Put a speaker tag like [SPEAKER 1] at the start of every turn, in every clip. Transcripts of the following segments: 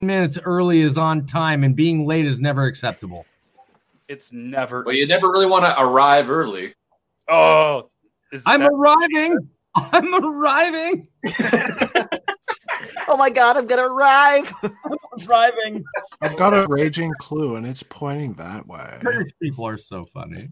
[SPEAKER 1] minutes early is on time, and being late is never acceptable.
[SPEAKER 2] It's never.
[SPEAKER 3] Well, you never really want to arrive early.
[SPEAKER 2] Oh, is
[SPEAKER 1] I'm
[SPEAKER 2] that-
[SPEAKER 1] arriving. I'm arriving.
[SPEAKER 4] Oh my god, I'm gonna arrive.
[SPEAKER 1] Driving.
[SPEAKER 5] I've got a raging clue, and it's pointing that way.
[SPEAKER 1] British people are so funny.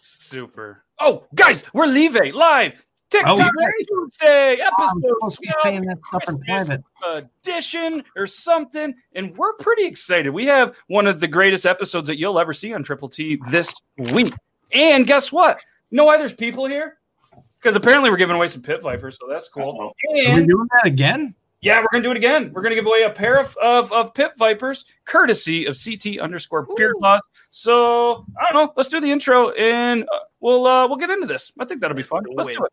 [SPEAKER 2] super. Oh, guys, we're leaving live TikTok Tuesday
[SPEAKER 1] Oh, I'm
[SPEAKER 2] episode
[SPEAKER 1] supposed to be
[SPEAKER 2] 12
[SPEAKER 1] saying that stuff in
[SPEAKER 2] Christmas.
[SPEAKER 1] private.
[SPEAKER 2] edition or something, and we're pretty excited. We have one of the greatest episodes that you'll ever see on Triple T this week. And guess what? You know why there's people here? Because apparently we're giving away some pit vipers, so that's cool.
[SPEAKER 1] Are we
[SPEAKER 2] And
[SPEAKER 1] doing that again?
[SPEAKER 2] yeah, we're gonna do it again. We're gonna give away a pair of of, of pit vipers, courtesy of CT underscore beard laws. So I don't know. Let's do the intro, and uh, we'll uh, we'll get into this. I think that'll be fun. Let's do it.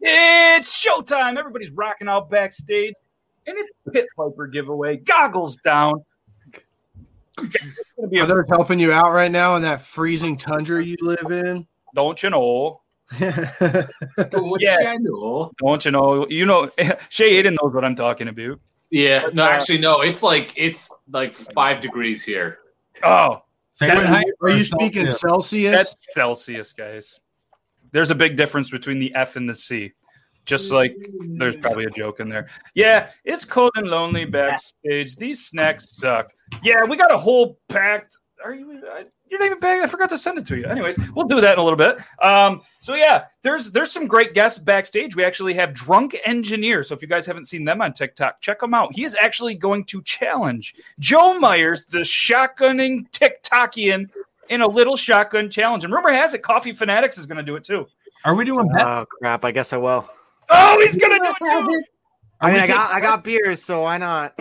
[SPEAKER 2] It's showtime. Everybody's rocking out backstage. And it's Pit Viper giveaway. Goggles down. It's gonna be a-
[SPEAKER 5] Others helping you out right now in that freezing tundra you live in.
[SPEAKER 2] don't you know?
[SPEAKER 3] yeah. I know.
[SPEAKER 2] Don't you know? You know, Shay Aiden knows what I'm talking about.
[SPEAKER 3] Yeah. No, actually, no. It's like it's like five degrees here.
[SPEAKER 2] Oh,
[SPEAKER 1] Fahrenheit
[SPEAKER 5] Are
[SPEAKER 1] or
[SPEAKER 5] you speaking
[SPEAKER 1] Celsius?
[SPEAKER 5] Celsius?
[SPEAKER 2] that's Celsius, guys. There's a big difference between the F and the C. Just like there's probably a joke in there. Yeah, it's cold and lonely backstage. These snacks suck. Yeah, we got a whole packed. Are you? I- You're not even back. I forgot to send it to you. Anyways, we'll do that in a little bit. Um, so yeah, there's there's some great guests backstage. We actually have Drunk Engineer. So if you guys haven't seen them on TikTok, check them out. He is actually going to challenge Joe Myers, the shotgunning TikTokian, in a little shotgun challenge. And rumor has it, Coffee Fanatics is going to do it too.
[SPEAKER 1] Are we doing that?
[SPEAKER 4] Oh crap, I guess I will.
[SPEAKER 2] Oh, he's going to do it too.
[SPEAKER 4] I mean
[SPEAKER 1] we
[SPEAKER 4] I got I got beers, so why not?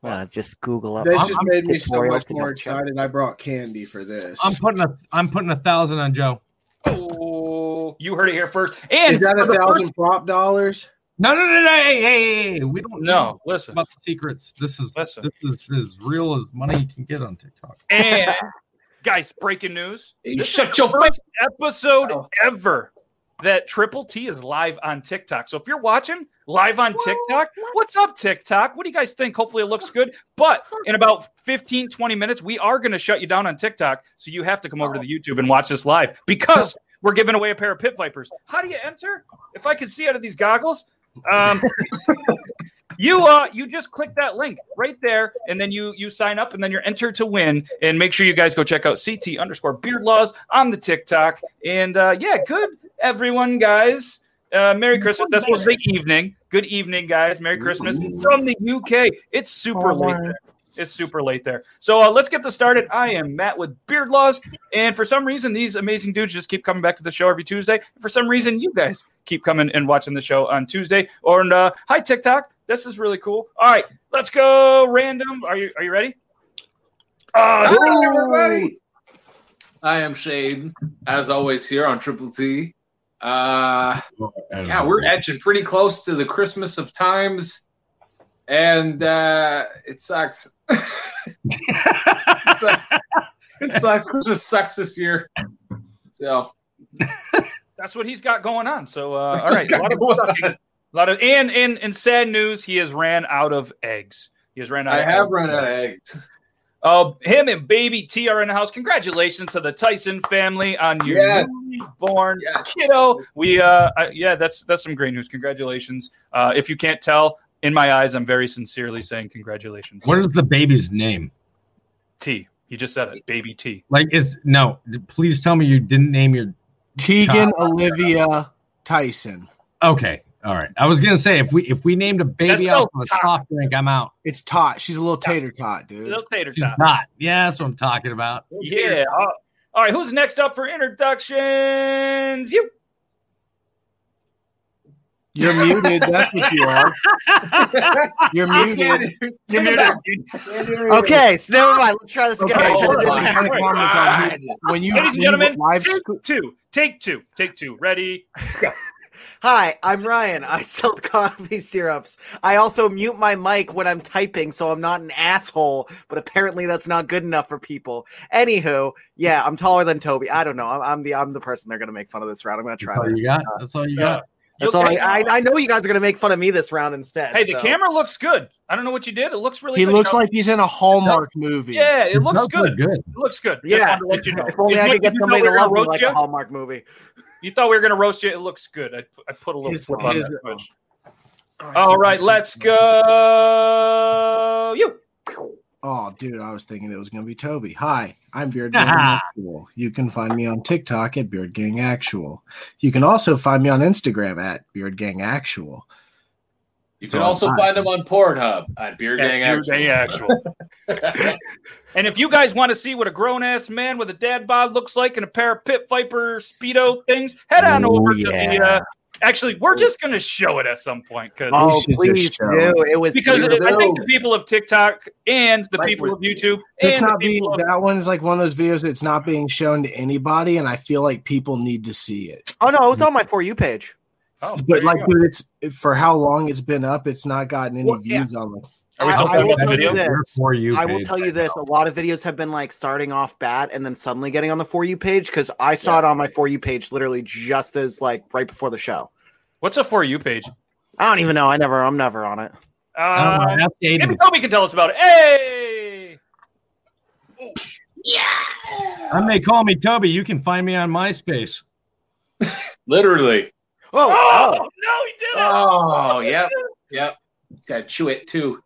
[SPEAKER 4] Well, just Google up.
[SPEAKER 5] This
[SPEAKER 1] I'm-
[SPEAKER 5] just
[SPEAKER 1] I'm
[SPEAKER 5] made me so
[SPEAKER 4] tutorial
[SPEAKER 5] much
[SPEAKER 4] to
[SPEAKER 5] more
[SPEAKER 4] check.
[SPEAKER 5] excited. I brought candy for this.
[SPEAKER 1] I'm putting a I'm putting a thousand on Joe.
[SPEAKER 2] Oh, you heard it here first.
[SPEAKER 5] Is
[SPEAKER 2] And
[SPEAKER 5] that a
[SPEAKER 2] for the
[SPEAKER 5] thousand
[SPEAKER 2] first-
[SPEAKER 5] prop dollars?
[SPEAKER 1] No, no, no, no. Hey, hey, hey, hey. We don't
[SPEAKER 2] No, listen,
[SPEAKER 1] about the secrets. This is
[SPEAKER 2] listen.
[SPEAKER 1] this is as real as money you can get on TikTok.
[SPEAKER 2] And guys, breaking news:
[SPEAKER 3] You shut your face.
[SPEAKER 2] first episode ever that Triple T is live on TikTok. So if you're watching live on TikTok, what's up, TikTok? What do you guys think? Hopefully it looks good. But in about 15, 20 minutes, we are going to shut you down on TikTok. So you have to come over to the YouTube and watch this live because we're giving away a pair of Pit Vipers. How do you enter? If I can see out of these goggles, um, you uh you just click that link right there and then you you sign up and then you're entered to win and make sure you guys go check out ct underscore beard laws on the tiktok and uh yeah good everyone guys uh merry christmas that's supposed to say evening good evening guys merry christmas from the uk it's super late there it's super late there so uh, let's get this started i am matt with beard laws and for some reason these amazing dudes just keep coming back to the show every tuesday for some reason you guys keep coming and watching the show on Tuesday. Or and, uh, hi TikTok, this is really cool. All right, let's go random. Are you are you ready? Uh, everybody.
[SPEAKER 3] I am Shane, as always, here on Triple T. Uh, yeah, we're edging pretty close to the Christmas of times, and uh, it sucks. it's like Christmas sucks this year. So
[SPEAKER 2] That's what he's got going on. So uh, all right, a lot of, a lot of and, and and sad news. He has ran out of eggs. He has ran out.
[SPEAKER 3] I
[SPEAKER 2] of
[SPEAKER 3] have
[SPEAKER 2] eggs.
[SPEAKER 3] run out of eggs.
[SPEAKER 2] Uh, him and baby T are in the house. Congratulations to the Tyson family on your
[SPEAKER 3] Yeah.
[SPEAKER 2] newborn kiddo. We, uh, I, yeah, that's that's some great news. Congratulations. Uh, if you can't tell, in my eyes, I'm very sincerely saying congratulations.
[SPEAKER 1] What is the baby's name?
[SPEAKER 2] T? He just said it. Baby T.
[SPEAKER 1] Like is no, please tell me you didn't name your
[SPEAKER 5] Tegan Olivia Tyson.
[SPEAKER 1] Okay. All right. I was gonna say if we if we named a baby
[SPEAKER 2] That's
[SPEAKER 1] out of a
[SPEAKER 2] no-
[SPEAKER 1] soft drink, I'm out.
[SPEAKER 5] It's tot. She's a little tater tot, dude.
[SPEAKER 2] Little tater
[SPEAKER 1] She's
[SPEAKER 2] tot.
[SPEAKER 1] not. Yeah, that's what I'm talking about.
[SPEAKER 2] Yeah. Uh, all right. Who's next up for introductions? You.
[SPEAKER 5] You're muted. That's what you are. You're muted.
[SPEAKER 2] You muted. You-
[SPEAKER 4] Okay, so never mind. Let's try this
[SPEAKER 5] Okay.
[SPEAKER 4] again.
[SPEAKER 2] Oh,
[SPEAKER 5] Everybody
[SPEAKER 2] my
[SPEAKER 5] kinda
[SPEAKER 2] God.
[SPEAKER 5] comment on mute. When you
[SPEAKER 2] Ladies and
[SPEAKER 5] when you
[SPEAKER 2] gentlemen,
[SPEAKER 5] live
[SPEAKER 2] take
[SPEAKER 5] sc-
[SPEAKER 2] two. Take two. Take two. Ready?
[SPEAKER 4] Hi, I'm Ryan. I sell coffee syrups. I also mute my mic when I'm typing, so I'm not an asshole. But apparently, that's not good enough for people. Anywho, yeah, I'm taller than Toby. I don't know. I'm, I'm the I'm the person they're gonna make fun of this round. I'm gonna try.
[SPEAKER 1] That's all
[SPEAKER 4] that.
[SPEAKER 1] you got. That's all you
[SPEAKER 2] Uh,
[SPEAKER 1] got.
[SPEAKER 4] That's all. I, I, I know you guys are gonna make fun of me this round instead.
[SPEAKER 2] Hey, the
[SPEAKER 4] so-
[SPEAKER 2] camera looks good. I don't know what you did. It looks really
[SPEAKER 5] he
[SPEAKER 2] good.
[SPEAKER 5] looks like he's in a Hallmark movie.
[SPEAKER 2] Yeah, it looks
[SPEAKER 1] does look
[SPEAKER 2] good.
[SPEAKER 1] Good.
[SPEAKER 2] It looks good. Just
[SPEAKER 4] Yeah,
[SPEAKER 2] wanted to let you know.
[SPEAKER 4] if only
[SPEAKER 2] As
[SPEAKER 4] I
[SPEAKER 2] much
[SPEAKER 4] could get
[SPEAKER 2] as you
[SPEAKER 4] somebody
[SPEAKER 2] thought we were
[SPEAKER 4] to
[SPEAKER 2] gonna
[SPEAKER 4] love me
[SPEAKER 2] roast
[SPEAKER 4] like
[SPEAKER 2] you,
[SPEAKER 4] a Hallmark movie.
[SPEAKER 2] you thought we were going to roast you. It looks good. I, I put a little
[SPEAKER 5] His-
[SPEAKER 2] flip on
[SPEAKER 5] his-
[SPEAKER 2] that punch.
[SPEAKER 5] Oh, I
[SPEAKER 2] All
[SPEAKER 5] can't
[SPEAKER 2] right,
[SPEAKER 5] do
[SPEAKER 2] let's
[SPEAKER 5] this.
[SPEAKER 2] go. You.
[SPEAKER 5] Oh, dude, I was thinking it was going to be Toby. Hi, I'm Beard Gang Actual. You can find me on TikTok at Beard Gang Actual. You can also find me on Instagram at Beard Gang Actual.
[SPEAKER 3] You can also find them on Pornhub at Beer Gang
[SPEAKER 2] Your
[SPEAKER 3] Action.
[SPEAKER 2] day actual. and if you guys want to see what a grown ass man with a dad bod looks like in a pair of pit viper speedo things, head on
[SPEAKER 4] Ooh,
[SPEAKER 2] over to the.
[SPEAKER 4] Oh, yeah.
[SPEAKER 2] Uh, actually, we're just going to show it at some point because
[SPEAKER 4] Oh,
[SPEAKER 5] should just
[SPEAKER 4] please
[SPEAKER 5] show
[SPEAKER 4] do. It was
[SPEAKER 2] because
[SPEAKER 4] beautiful.
[SPEAKER 3] Dude,
[SPEAKER 2] I think
[SPEAKER 3] no.
[SPEAKER 2] the people of TikTok and the
[SPEAKER 3] Right,
[SPEAKER 2] people
[SPEAKER 3] we're-
[SPEAKER 2] of YouTube
[SPEAKER 5] It's
[SPEAKER 2] and the
[SPEAKER 5] not being
[SPEAKER 2] people of-
[SPEAKER 5] that one's like one of those videos that's not being shown to anybody, and I feel like people need to see it.
[SPEAKER 4] Oh no, it was on my for you page.
[SPEAKER 2] Oh, there
[SPEAKER 5] But
[SPEAKER 2] you
[SPEAKER 5] like,
[SPEAKER 2] go.
[SPEAKER 5] dude, it's for how long it's been up, it's not gotten any
[SPEAKER 4] Well, yeah.
[SPEAKER 5] views on it.
[SPEAKER 2] Are we
[SPEAKER 4] I-
[SPEAKER 2] still
[SPEAKER 4] I
[SPEAKER 2] talking
[SPEAKER 4] will
[SPEAKER 2] about the
[SPEAKER 4] tell you
[SPEAKER 2] video?
[SPEAKER 4] this.
[SPEAKER 1] We're for you.
[SPEAKER 4] I will
[SPEAKER 1] page.
[SPEAKER 4] tell you this: a lot of videos have been like starting off bad and then suddenly getting on the for you page because I saw it on my for you page literally just as like right before the show.
[SPEAKER 2] What's a for you page?
[SPEAKER 4] I don't even know. I never. I'm never on it.
[SPEAKER 1] I don't
[SPEAKER 2] Uh,
[SPEAKER 1] know, ask Aiden.
[SPEAKER 2] maybe Toby can tell us about it. Hey,
[SPEAKER 1] I may call me Toby. You can find me on MySpace.
[SPEAKER 3] Literally.
[SPEAKER 4] Oh,
[SPEAKER 2] oh,
[SPEAKER 4] oh.
[SPEAKER 2] no, he did it.
[SPEAKER 3] Oh, yep. Yep. Said chew it too.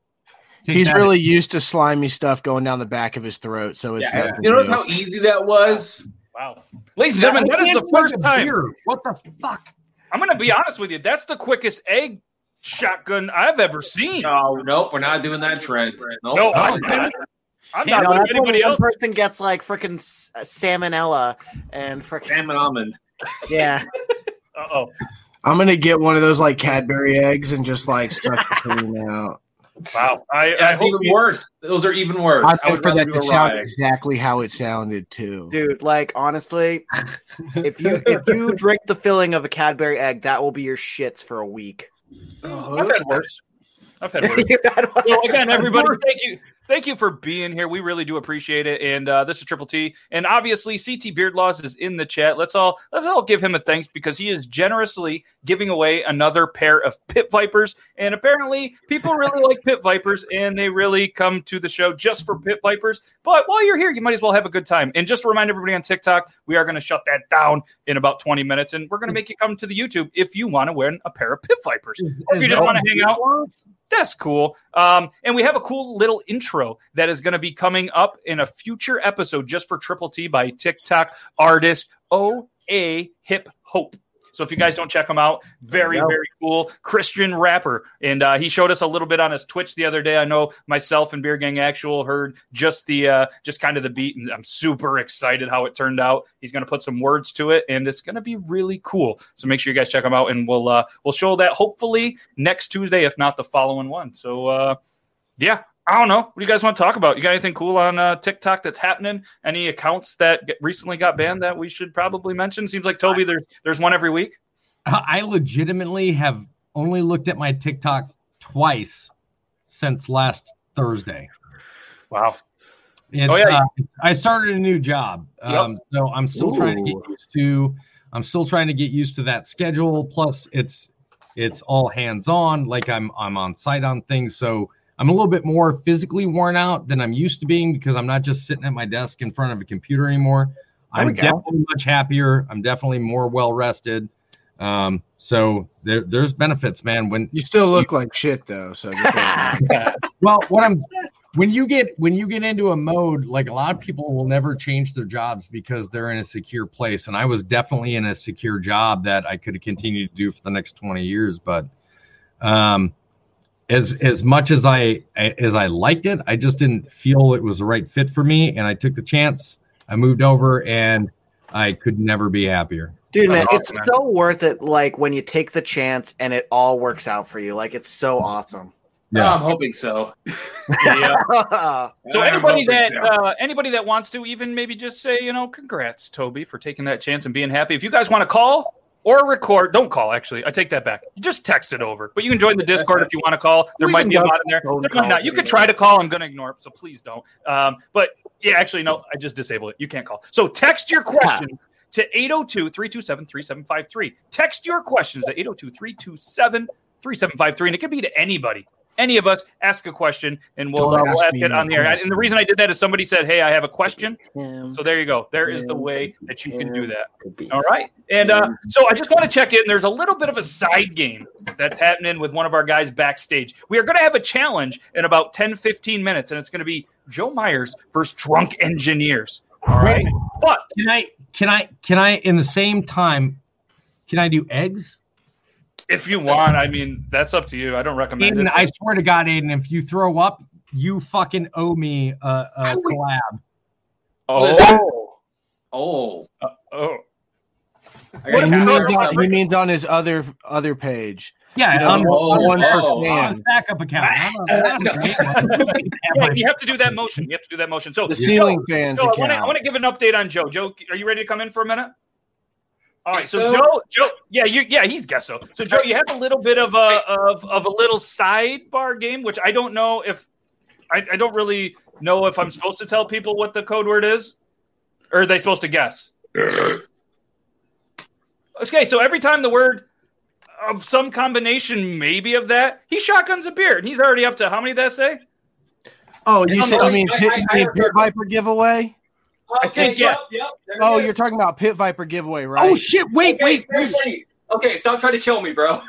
[SPEAKER 1] Take
[SPEAKER 5] He's
[SPEAKER 1] that.
[SPEAKER 5] really used to slimy stuff going down the back of his throat, so it's
[SPEAKER 3] Yeah,
[SPEAKER 5] nothing
[SPEAKER 3] you notice
[SPEAKER 5] new.
[SPEAKER 3] how easy that was?
[SPEAKER 2] Wow, ladies and gentlemen,
[SPEAKER 1] I
[SPEAKER 2] that is
[SPEAKER 1] can't
[SPEAKER 2] the
[SPEAKER 1] drink
[SPEAKER 2] first
[SPEAKER 1] a
[SPEAKER 2] time.
[SPEAKER 1] beer. What the fuck?
[SPEAKER 2] I'm going to be honest with you. That's the quickest egg shotgun I've ever seen.
[SPEAKER 3] No, Oh, nope, we're not doing that trend. Nope.
[SPEAKER 2] no,
[SPEAKER 1] I-
[SPEAKER 2] I'm not. I'm
[SPEAKER 4] No,
[SPEAKER 2] not letting
[SPEAKER 4] that's when
[SPEAKER 2] anybody
[SPEAKER 4] one
[SPEAKER 2] else.
[SPEAKER 4] person gets like freaking s- uh, salmonella and freaking
[SPEAKER 3] Damn it, almond.
[SPEAKER 4] yeah.
[SPEAKER 2] Uh oh.
[SPEAKER 5] I'm gonna get one of those like Cadbury eggs and just like suck the cream out.
[SPEAKER 2] Wow. I, I
[SPEAKER 3] That's
[SPEAKER 2] hope
[SPEAKER 3] even
[SPEAKER 2] you-
[SPEAKER 3] worse. Those are even worse.
[SPEAKER 5] I,
[SPEAKER 3] I would
[SPEAKER 5] prefer
[SPEAKER 3] rather
[SPEAKER 5] that
[SPEAKER 3] do
[SPEAKER 5] to
[SPEAKER 3] a
[SPEAKER 5] sound
[SPEAKER 3] riot.
[SPEAKER 5] exactly how it sounded too.
[SPEAKER 4] dude. Like honestly, if you if you drink the filling of a Cadbury egg, that will be your shits for a week.
[SPEAKER 2] I've had worse. I've had worse. Well, again, everybody, thank you. Thank you for being here. We really do appreciate it. And uh, this is Triple T. And obviously, CT Beardlaws is in the chat. Let's all let's all give him a thanks because he is generously giving away another pair of pit vipers. And apparently, people really like pit vipers, and they really come to the show just for pit vipers. But while you're here, you might as well have a good time. And just to remind everybody on TikTok, we are going to shut that down in about 20 minutes, and we're going to make you come to the YouTube if you want to win a pair of pit vipers if you just want to hang out, that's cool. Um, and we have a cool little intro that is going to be coming up in a future episode just for Triple T by TikTok artist OA Hip Hope. So if you guys don't check him out, very
[SPEAKER 4] There you go.
[SPEAKER 2] very cool Christian rapper, and uh, he showed us a little bit on his Twitch the other day. I know myself and Beer Gang Actual heard just the uh, just kind of the beat, and I'm super excited how it turned out. He's going to put some words to it, and it's going to be really cool. So make sure you guys check him out, and we'll uh, we'll show that hopefully next Tuesday, if not the following one. So uh, yeah, I don't know. What do you guys want to talk about? You got anything cool on uh, TikTok that's happening? Any accounts that get- recently got banned that we should probably mention? Seems like Toby, there's there's one every week.
[SPEAKER 1] I legitimately have only looked at my TikTok twice since last Thursday.
[SPEAKER 2] Wow.
[SPEAKER 1] It's,
[SPEAKER 2] Oh, yeah.
[SPEAKER 1] uh, I started a new job, um, so I'm still trying to get used to. I'm still trying to get used to that schedule. Plus, it's it's all hands on. Like I'm I'm on site on things, so I'm a little bit more physically worn out than I'm used to being because I'm not just sitting at my desk in front of a computer anymore.
[SPEAKER 4] There we
[SPEAKER 1] I'm
[SPEAKER 4] go.
[SPEAKER 1] definitely much happier. I'm definitely more well rested. Um, so there, there's benefits, man. When
[SPEAKER 5] You still look like shit though. So just let you know.
[SPEAKER 1] well, what I'm when you get when you get into a mode like a lot of people will never change their jobs because they're in a secure place, and I was definitely in a secure job that I could continue to do for the next twenty years. But um, as as much as I as I liked it, I just didn't feel it was the right fit for me, and I took the chance. I moved over, and I could never be happier.
[SPEAKER 4] Dude, man, it's so worth it. Like when you take the chance and it all works out for you. Like it's so awesome.
[SPEAKER 1] Oh,
[SPEAKER 3] Yeah. I'm hoping so.
[SPEAKER 2] Yeah. So
[SPEAKER 3] I'm
[SPEAKER 2] anybody
[SPEAKER 3] hoping
[SPEAKER 2] that
[SPEAKER 3] so.
[SPEAKER 2] uh, anybody that wants to even maybe just say you know congrats Toby for taking that chance and being happy. If you guys want to call or record, don't call. Actually, I take that back. Just text it over. But you can join the Discord if you want to call. There
[SPEAKER 4] We
[SPEAKER 2] might
[SPEAKER 4] can
[SPEAKER 2] be a
[SPEAKER 4] go
[SPEAKER 2] lot in there.
[SPEAKER 4] phone
[SPEAKER 2] There might
[SPEAKER 4] call.
[SPEAKER 2] not. You can try to call. I'm going to ignore it. So please don't. Um, but yeah, actually no. I just disabled it. You can't call. So text your question. To 802 327 3753. Text your questions to 802 327 3753. And it could be to anybody, any of us. Ask a question and we'll,
[SPEAKER 5] Don't
[SPEAKER 2] uh, we'll
[SPEAKER 5] ask
[SPEAKER 2] ask
[SPEAKER 5] me.
[SPEAKER 2] it on the air. And the reason I did that is somebody said, Hey, I have a question.
[SPEAKER 4] Yeah.
[SPEAKER 2] So there you go. There is the way that you can do that.
[SPEAKER 4] Could be.
[SPEAKER 2] All right. And uh, so I just want to check in. There's a little bit of a side game that's happening with one of our guys backstage. We are going to have a challenge in about 10, 15 minutes, and it's going to be Joe Myers versus Drunk Engineers. All right. But
[SPEAKER 1] Can I? Can I? Can I? In the same time, can I do eggs?
[SPEAKER 2] if you want, I mean, that's up to you. I don't recommend
[SPEAKER 1] Aiden,
[SPEAKER 2] it.
[SPEAKER 1] I swear to God, Aiden, if you throw up, you fucking owe me a, a collab.
[SPEAKER 3] Listen.
[SPEAKER 2] oh,
[SPEAKER 3] Oh,
[SPEAKER 2] oh.
[SPEAKER 3] I
[SPEAKER 2] What if-
[SPEAKER 3] gotta
[SPEAKER 5] He
[SPEAKER 3] count
[SPEAKER 2] no,
[SPEAKER 5] means,
[SPEAKER 2] no,
[SPEAKER 5] on,
[SPEAKER 3] everything.
[SPEAKER 5] he means on his other other page.
[SPEAKER 1] Yeah,
[SPEAKER 5] You know,
[SPEAKER 1] on,
[SPEAKER 3] oh,
[SPEAKER 1] on,
[SPEAKER 5] one for
[SPEAKER 3] oh,
[SPEAKER 1] on
[SPEAKER 5] fan.
[SPEAKER 1] a backup account. I don't- I don't-
[SPEAKER 2] Yeah, you have to do that motion. You have to do that motion. So
[SPEAKER 5] The ceiling fans
[SPEAKER 2] Joe, I
[SPEAKER 5] account.
[SPEAKER 2] want to I want to give an update on Joe. Joe, are you ready to come in for a minute? All right, so,
[SPEAKER 3] So-
[SPEAKER 2] Joe, Joe, yeah, you, yeah, he's guess so. So Joe, you have a little bit of a of, of a little sidebar game, which I don't know if I, I don't really know if I'm supposed to tell people what the code word is, or are they supposed to guess? Okay, so every time the word of some combination, maybe of that, he shotguns a beer, and he's already up to how many did I say?
[SPEAKER 5] oh,
[SPEAKER 2] I'm
[SPEAKER 5] you said you
[SPEAKER 3] like-
[SPEAKER 5] mean
[SPEAKER 3] I-
[SPEAKER 5] Pit,
[SPEAKER 3] I-
[SPEAKER 5] you
[SPEAKER 3] I
[SPEAKER 5] mean
[SPEAKER 3] heard
[SPEAKER 5] Pit
[SPEAKER 3] that.
[SPEAKER 5] Viper giveaway?
[SPEAKER 2] I think, yeah.
[SPEAKER 6] Yep, there
[SPEAKER 5] Oh,
[SPEAKER 6] it
[SPEAKER 5] you're
[SPEAKER 6] is.
[SPEAKER 5] talking about Pit Viper giveaway, right?
[SPEAKER 1] oh shit! Wait,
[SPEAKER 6] Okay,
[SPEAKER 1] wait, wait!
[SPEAKER 6] seriously. Okay, stop trying to kill me, bro.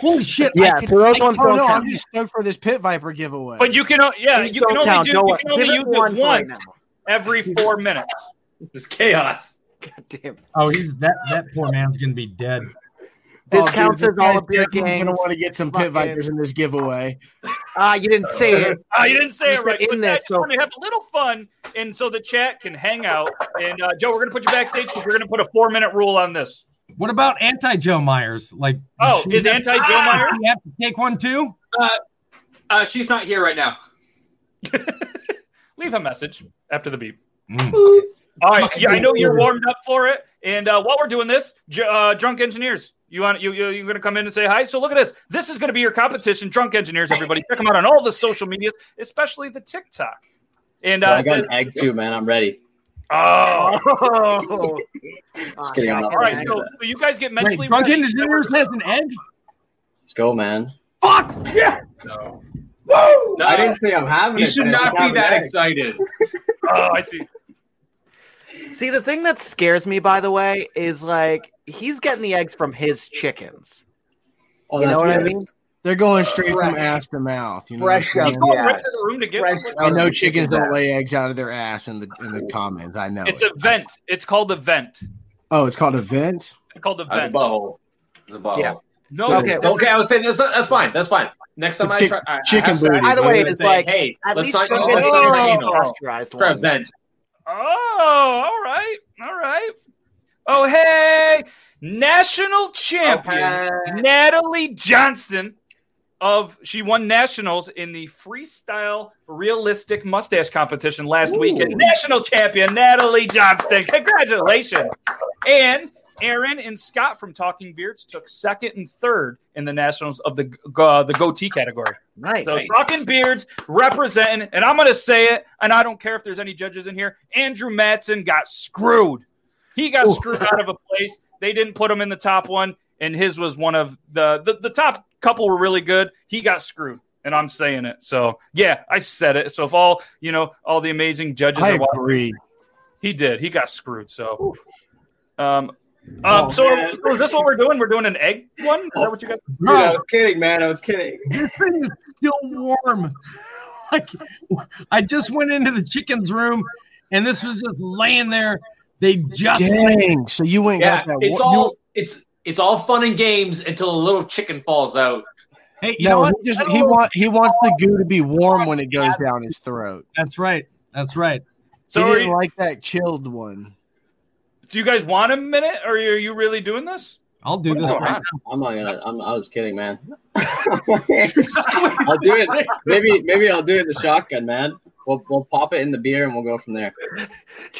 [SPEAKER 1] Holy shit! I
[SPEAKER 4] Yeah,
[SPEAKER 1] can-
[SPEAKER 4] so those
[SPEAKER 1] I
[SPEAKER 4] ones
[SPEAKER 5] Oh
[SPEAKER 4] don't
[SPEAKER 5] no,
[SPEAKER 4] count.
[SPEAKER 5] I'm just stoked for this Pit Viper giveaway.
[SPEAKER 2] But you can, o- yeah,
[SPEAKER 4] These
[SPEAKER 2] you can
[SPEAKER 4] don't
[SPEAKER 2] only
[SPEAKER 4] count.
[SPEAKER 2] do,
[SPEAKER 4] Don't
[SPEAKER 2] you
[SPEAKER 4] worry.
[SPEAKER 2] can only
[SPEAKER 4] Give
[SPEAKER 2] use
[SPEAKER 4] it one
[SPEAKER 2] it
[SPEAKER 4] for right
[SPEAKER 2] once every four minutes.
[SPEAKER 3] It's chaos.
[SPEAKER 4] now. God damn.
[SPEAKER 1] Oh, he's that that poor man's gonna be dead.
[SPEAKER 4] This
[SPEAKER 5] Oh, dude,
[SPEAKER 4] counts
[SPEAKER 5] this
[SPEAKER 4] as all
[SPEAKER 5] guy's
[SPEAKER 4] of your
[SPEAKER 5] definitely
[SPEAKER 4] games.
[SPEAKER 5] gonna want to get some
[SPEAKER 4] Fucking-
[SPEAKER 5] Pit Vipers in this giveaway.
[SPEAKER 4] Ah, you didn't say it.
[SPEAKER 2] Oh, you didn't say
[SPEAKER 4] Just
[SPEAKER 2] it right.
[SPEAKER 4] in
[SPEAKER 2] But I
[SPEAKER 4] this,
[SPEAKER 2] just
[SPEAKER 4] so-
[SPEAKER 2] want to have a little fun, and so the chat can hang out. And uh, Joe, we're gonna put you backstage because we're gonna put a four-minute rule on this.
[SPEAKER 1] What about anti Joe Myers? Like,
[SPEAKER 2] Oh,
[SPEAKER 1] should
[SPEAKER 2] is
[SPEAKER 1] we-
[SPEAKER 2] anti Joe
[SPEAKER 1] Ah,
[SPEAKER 2] Meyer?
[SPEAKER 1] You have to take one too.
[SPEAKER 6] Uh, she's not here right now.
[SPEAKER 2] Leave a message after the beep.
[SPEAKER 1] Mm.
[SPEAKER 2] All right, yeah, I know you're warmed up for it. And uh, while we're doing this, J- uh, drunk engineers, you want you, you you're gonna come in and say hi. So look at this. This is gonna be your competition, drunk engineers. Everybody, check them out on all the social media, especially the TikTok. And uh,
[SPEAKER 7] I got an egg too, man. I'm ready.
[SPEAKER 2] oh,
[SPEAKER 4] Oh.
[SPEAKER 7] Just kidding, I'm not
[SPEAKER 2] all right.
[SPEAKER 7] Okay.
[SPEAKER 2] So you guys get mentally
[SPEAKER 1] Wait, drunk
[SPEAKER 2] ready.
[SPEAKER 1] engineers has an egg.
[SPEAKER 7] Let's go, man.
[SPEAKER 1] Fuck yeah!
[SPEAKER 3] No.
[SPEAKER 1] Woo!
[SPEAKER 3] No,
[SPEAKER 7] I didn't say I'm having
[SPEAKER 3] you
[SPEAKER 7] it.
[SPEAKER 3] should
[SPEAKER 7] man.
[SPEAKER 3] not
[SPEAKER 7] Just
[SPEAKER 3] be
[SPEAKER 7] have
[SPEAKER 3] that
[SPEAKER 7] an egg.
[SPEAKER 3] excited.
[SPEAKER 2] Oh, I see.
[SPEAKER 4] See, the thing that scares me, by the way, is like he's getting the eggs from his chickens.
[SPEAKER 7] Oh,
[SPEAKER 4] you know
[SPEAKER 7] that's
[SPEAKER 4] what I
[SPEAKER 7] good.
[SPEAKER 4] mean?
[SPEAKER 5] They're going straight from
[SPEAKER 6] Fresh.
[SPEAKER 5] ass to mouth. You know, what I'm
[SPEAKER 4] Fresh
[SPEAKER 5] saying?
[SPEAKER 4] out.
[SPEAKER 2] Oh,
[SPEAKER 4] Yeah.
[SPEAKER 2] right to the room to get
[SPEAKER 6] Right.
[SPEAKER 2] one.
[SPEAKER 5] I know chickens don't lay eggs out of their ass in the in the comments. I know.
[SPEAKER 2] It's
[SPEAKER 5] it.
[SPEAKER 2] a vent. It's called a vent.
[SPEAKER 5] oh, it's called a vent.
[SPEAKER 2] It's called a
[SPEAKER 3] Uh,
[SPEAKER 2] vent.
[SPEAKER 3] the butthole. The butthole.
[SPEAKER 4] Yeah.
[SPEAKER 2] No,
[SPEAKER 4] Okay.
[SPEAKER 3] Okay, I would say that's, that's fine. That's fine. Next
[SPEAKER 5] So
[SPEAKER 3] time I
[SPEAKER 5] chick-
[SPEAKER 3] try, I,
[SPEAKER 5] chicken
[SPEAKER 3] I have sex,
[SPEAKER 5] booty.
[SPEAKER 4] Either
[SPEAKER 3] I'm
[SPEAKER 4] way,
[SPEAKER 3] gonna
[SPEAKER 4] it's
[SPEAKER 3] say,
[SPEAKER 4] like,
[SPEAKER 3] hey,
[SPEAKER 4] At
[SPEAKER 3] let's
[SPEAKER 4] least
[SPEAKER 3] not
[SPEAKER 4] drunk
[SPEAKER 3] use this for
[SPEAKER 4] engineers are
[SPEAKER 2] Oh.
[SPEAKER 4] getting
[SPEAKER 3] anal.
[SPEAKER 4] pasteurized
[SPEAKER 3] For a
[SPEAKER 4] one.
[SPEAKER 3] vent.
[SPEAKER 2] Oh, all right, all right. Oh, hey, national champion Natalie Johnston of she won nationals in the freestyle realistic mustache competition last weekend. National champion Natalie Johnston, congratulations! And Aaron and Scott from Talking Beards took second and third in the nationals of the uh, the goatee category.
[SPEAKER 4] Nice.
[SPEAKER 2] So fucking beards representing, and I'm gonna say it, and I don't care if there's any judges in here. Andrew Matson got screwed. He got screwed out of a place. They didn't put him in the top one, and his was one of the the, the top couple were really good. He got screwed. And I'm saying it. So yeah, I said it. So if all you know, all the amazing judges
[SPEAKER 5] I
[SPEAKER 2] are watching,
[SPEAKER 5] agree.
[SPEAKER 2] he did. He got screwed. So um
[SPEAKER 5] Oh,
[SPEAKER 2] um, so, so is this what we're doing? We're doing an egg one? Is that what you guys?
[SPEAKER 7] Dude, I was kidding, man. I was kidding.
[SPEAKER 1] this thing is still warm. Like, I just went into the chicken's room, and this was just laying there. They just
[SPEAKER 5] Dang. So you ain't
[SPEAKER 3] Yeah,
[SPEAKER 5] got that.
[SPEAKER 3] it's
[SPEAKER 5] wa- you-
[SPEAKER 3] all it's it's all fun and games until a little chicken falls out.
[SPEAKER 1] hey, you know
[SPEAKER 5] no,
[SPEAKER 1] what?
[SPEAKER 5] he just
[SPEAKER 1] Let
[SPEAKER 5] he
[SPEAKER 1] alone-
[SPEAKER 5] want he wants the goo to be warm when it goes down his throat.
[SPEAKER 1] That's right. That's right.
[SPEAKER 2] So
[SPEAKER 5] he
[SPEAKER 2] are
[SPEAKER 5] didn't
[SPEAKER 2] you,
[SPEAKER 5] like that chilled one.
[SPEAKER 2] Do you guys want a minute? Or are you really doing this?
[SPEAKER 1] I'll do this
[SPEAKER 7] Oh,
[SPEAKER 1] right now.
[SPEAKER 7] I'm not gonna. I'm, I was kidding, man. I'll do it. Maybe, maybe I'll do it in the shotgun, man. We'll, we'll pop it in the beer and we'll go from there.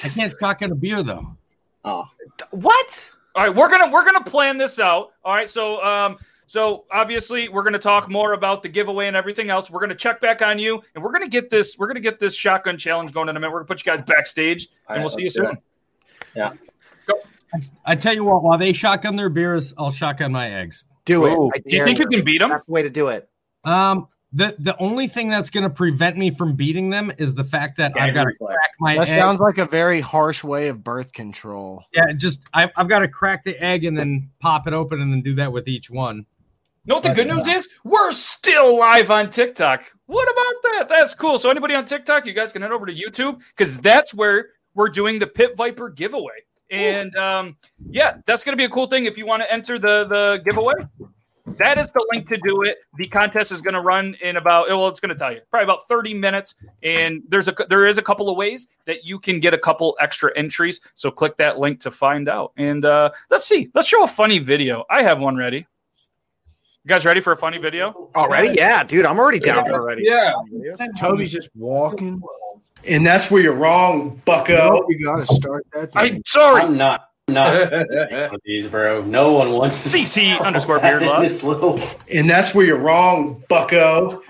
[SPEAKER 1] I can't shotgun a beer though.
[SPEAKER 7] Oh,
[SPEAKER 4] What?
[SPEAKER 2] All right, we're gonna we're gonna plan this out. All right, so um, so obviously we're gonna talk more about the giveaway and everything else. We're gonna check back on you, and we're gonna get this we're gonna get this shotgun challenge going in a minute. We're gonna put you guys backstage, and
[SPEAKER 7] All right,
[SPEAKER 2] we'll see you
[SPEAKER 7] let's
[SPEAKER 2] soon.
[SPEAKER 7] do yeah.
[SPEAKER 1] I tell you what, while they shotgun their beers, I'll shotgun my eggs.
[SPEAKER 4] Do
[SPEAKER 2] Ooh.
[SPEAKER 4] it. I
[SPEAKER 2] Do you
[SPEAKER 4] dare
[SPEAKER 2] think you can beat them?
[SPEAKER 4] That's the way to do it.
[SPEAKER 1] Um, the the only thing that's going to prevent me from beating them is the fact that I've got to
[SPEAKER 7] reflex.
[SPEAKER 1] crack my
[SPEAKER 5] That
[SPEAKER 1] egg.
[SPEAKER 5] sounds like a very harsh way of birth control.
[SPEAKER 1] yeah, just I've, I've got to crack the egg and then pop it open and then do that with each one.
[SPEAKER 2] You know what the good news is? We're still live on TikTok. What about that? That's cool. So anybody on TikTok, you guys can head over to YouTube because that's where we're doing the Pit Viper giveaway. And um, yeah, that's gonna be a cool thing if you want to enter the the giveaway. That is the link to do it. The contest is going to run in about well, it's going to tell you probably about thirty minutes. And there's a there is a couple of ways that you can get a couple extra entries. So click that link to find out. And uh, let's see, let's show a funny video. I have one ready. You guys ready for a funny video?
[SPEAKER 4] Already? Yeah, dude. I'm already down for already.
[SPEAKER 3] Yeah.
[SPEAKER 5] Toby's just walking.
[SPEAKER 8] And that's where you're wrong,
[SPEAKER 5] Go.
[SPEAKER 8] bucko.
[SPEAKER 5] You got to start that. thing.
[SPEAKER 2] I'm sorry,
[SPEAKER 9] I'm not. I'm not with these, bro. No one wants to
[SPEAKER 2] CT underscore beard love.
[SPEAKER 9] this little
[SPEAKER 8] And that's where you're wrong, bucko.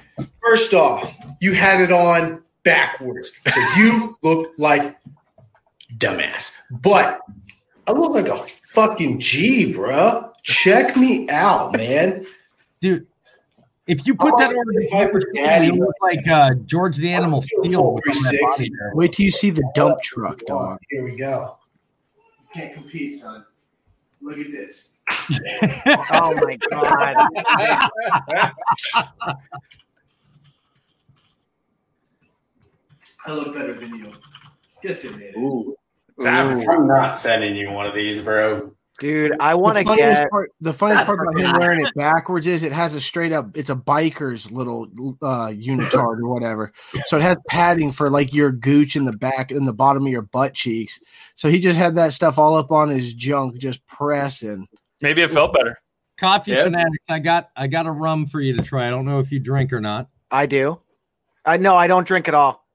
[SPEAKER 8] First off, you had it on backwards. So you look like dumbass. But I look like a fucking G, bro. Check me out, man.
[SPEAKER 1] Dude, if you put
[SPEAKER 8] Oh,
[SPEAKER 1] that on,
[SPEAKER 8] if I were daddy,
[SPEAKER 1] you look like uh, George the Animal Steel. with all that body
[SPEAKER 8] 360.
[SPEAKER 1] there.
[SPEAKER 5] Wait till you see the dump truck, dog.
[SPEAKER 8] Here we go. Can't compete, son. Look at this.
[SPEAKER 4] Oh my god.
[SPEAKER 8] I look better than you. Just admit it.
[SPEAKER 7] Ooh.
[SPEAKER 3] Savage.
[SPEAKER 9] I'm not sending you one of these, bro.
[SPEAKER 4] Dude, I want to
[SPEAKER 5] the funniest
[SPEAKER 4] get
[SPEAKER 5] part, the funniest part about him wearing it backwards is it has a straight up it's a biker's little uh unitard or whatever so it has padding for like your gooch in the back in the bottom of your butt cheeks so he just had that stuff all up on his junk just pressing
[SPEAKER 2] Maybe it felt better.
[SPEAKER 1] Coffee
[SPEAKER 3] Yeah.
[SPEAKER 1] fanatics, I got I got a rum for you to try. I don't know if you drink or not.
[SPEAKER 4] I do. I no, I don't drink at all.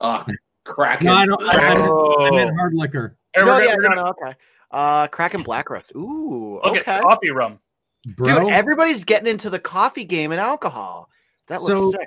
[SPEAKER 3] Oh, cracking.
[SPEAKER 1] No, I don't. I, I, meant- I
[SPEAKER 2] Oh,
[SPEAKER 1] meant hard liquor.
[SPEAKER 2] Hey,
[SPEAKER 4] no,
[SPEAKER 2] we're
[SPEAKER 4] yeah,
[SPEAKER 2] gonna, we're
[SPEAKER 4] no,
[SPEAKER 2] gonna
[SPEAKER 4] no, okay. Uh Kraken Black Rust. Ooh,
[SPEAKER 2] look
[SPEAKER 4] okay.
[SPEAKER 2] at coffee rum.
[SPEAKER 1] Bro,
[SPEAKER 4] Dude, everybody's getting into the coffee game and alcohol. That looks
[SPEAKER 1] So-
[SPEAKER 4] sick.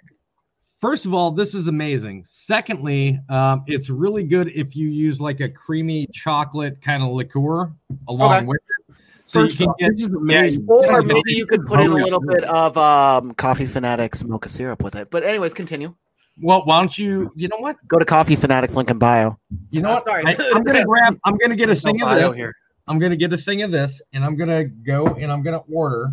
[SPEAKER 1] first of all, this is amazing. Secondly, um, it's really good if you use like a creamy chocolate kind of liqueur along
[SPEAKER 4] Okay.
[SPEAKER 1] with it. So
[SPEAKER 5] First
[SPEAKER 1] you
[SPEAKER 5] off,
[SPEAKER 1] can
[SPEAKER 5] this
[SPEAKER 1] get
[SPEAKER 5] is amazing
[SPEAKER 4] Or
[SPEAKER 1] Sounds
[SPEAKER 4] maybe
[SPEAKER 1] amazing.
[SPEAKER 4] you could put in a
[SPEAKER 1] Totally
[SPEAKER 4] little
[SPEAKER 1] amazing.
[SPEAKER 4] bit of um, Coffee Fanatics mocha syrup with it. But anyways, continue.
[SPEAKER 1] well. Why don't you? You know what?
[SPEAKER 4] Go to Coffee Fanatics link in bio.
[SPEAKER 1] You know
[SPEAKER 4] Uh,
[SPEAKER 1] what?
[SPEAKER 4] sorry.
[SPEAKER 1] I, am gonna grab. I'm gonna get a thing of
[SPEAKER 5] bio
[SPEAKER 1] this. I'm gonna get a thing of this, and I'm gonna go and I'm gonna order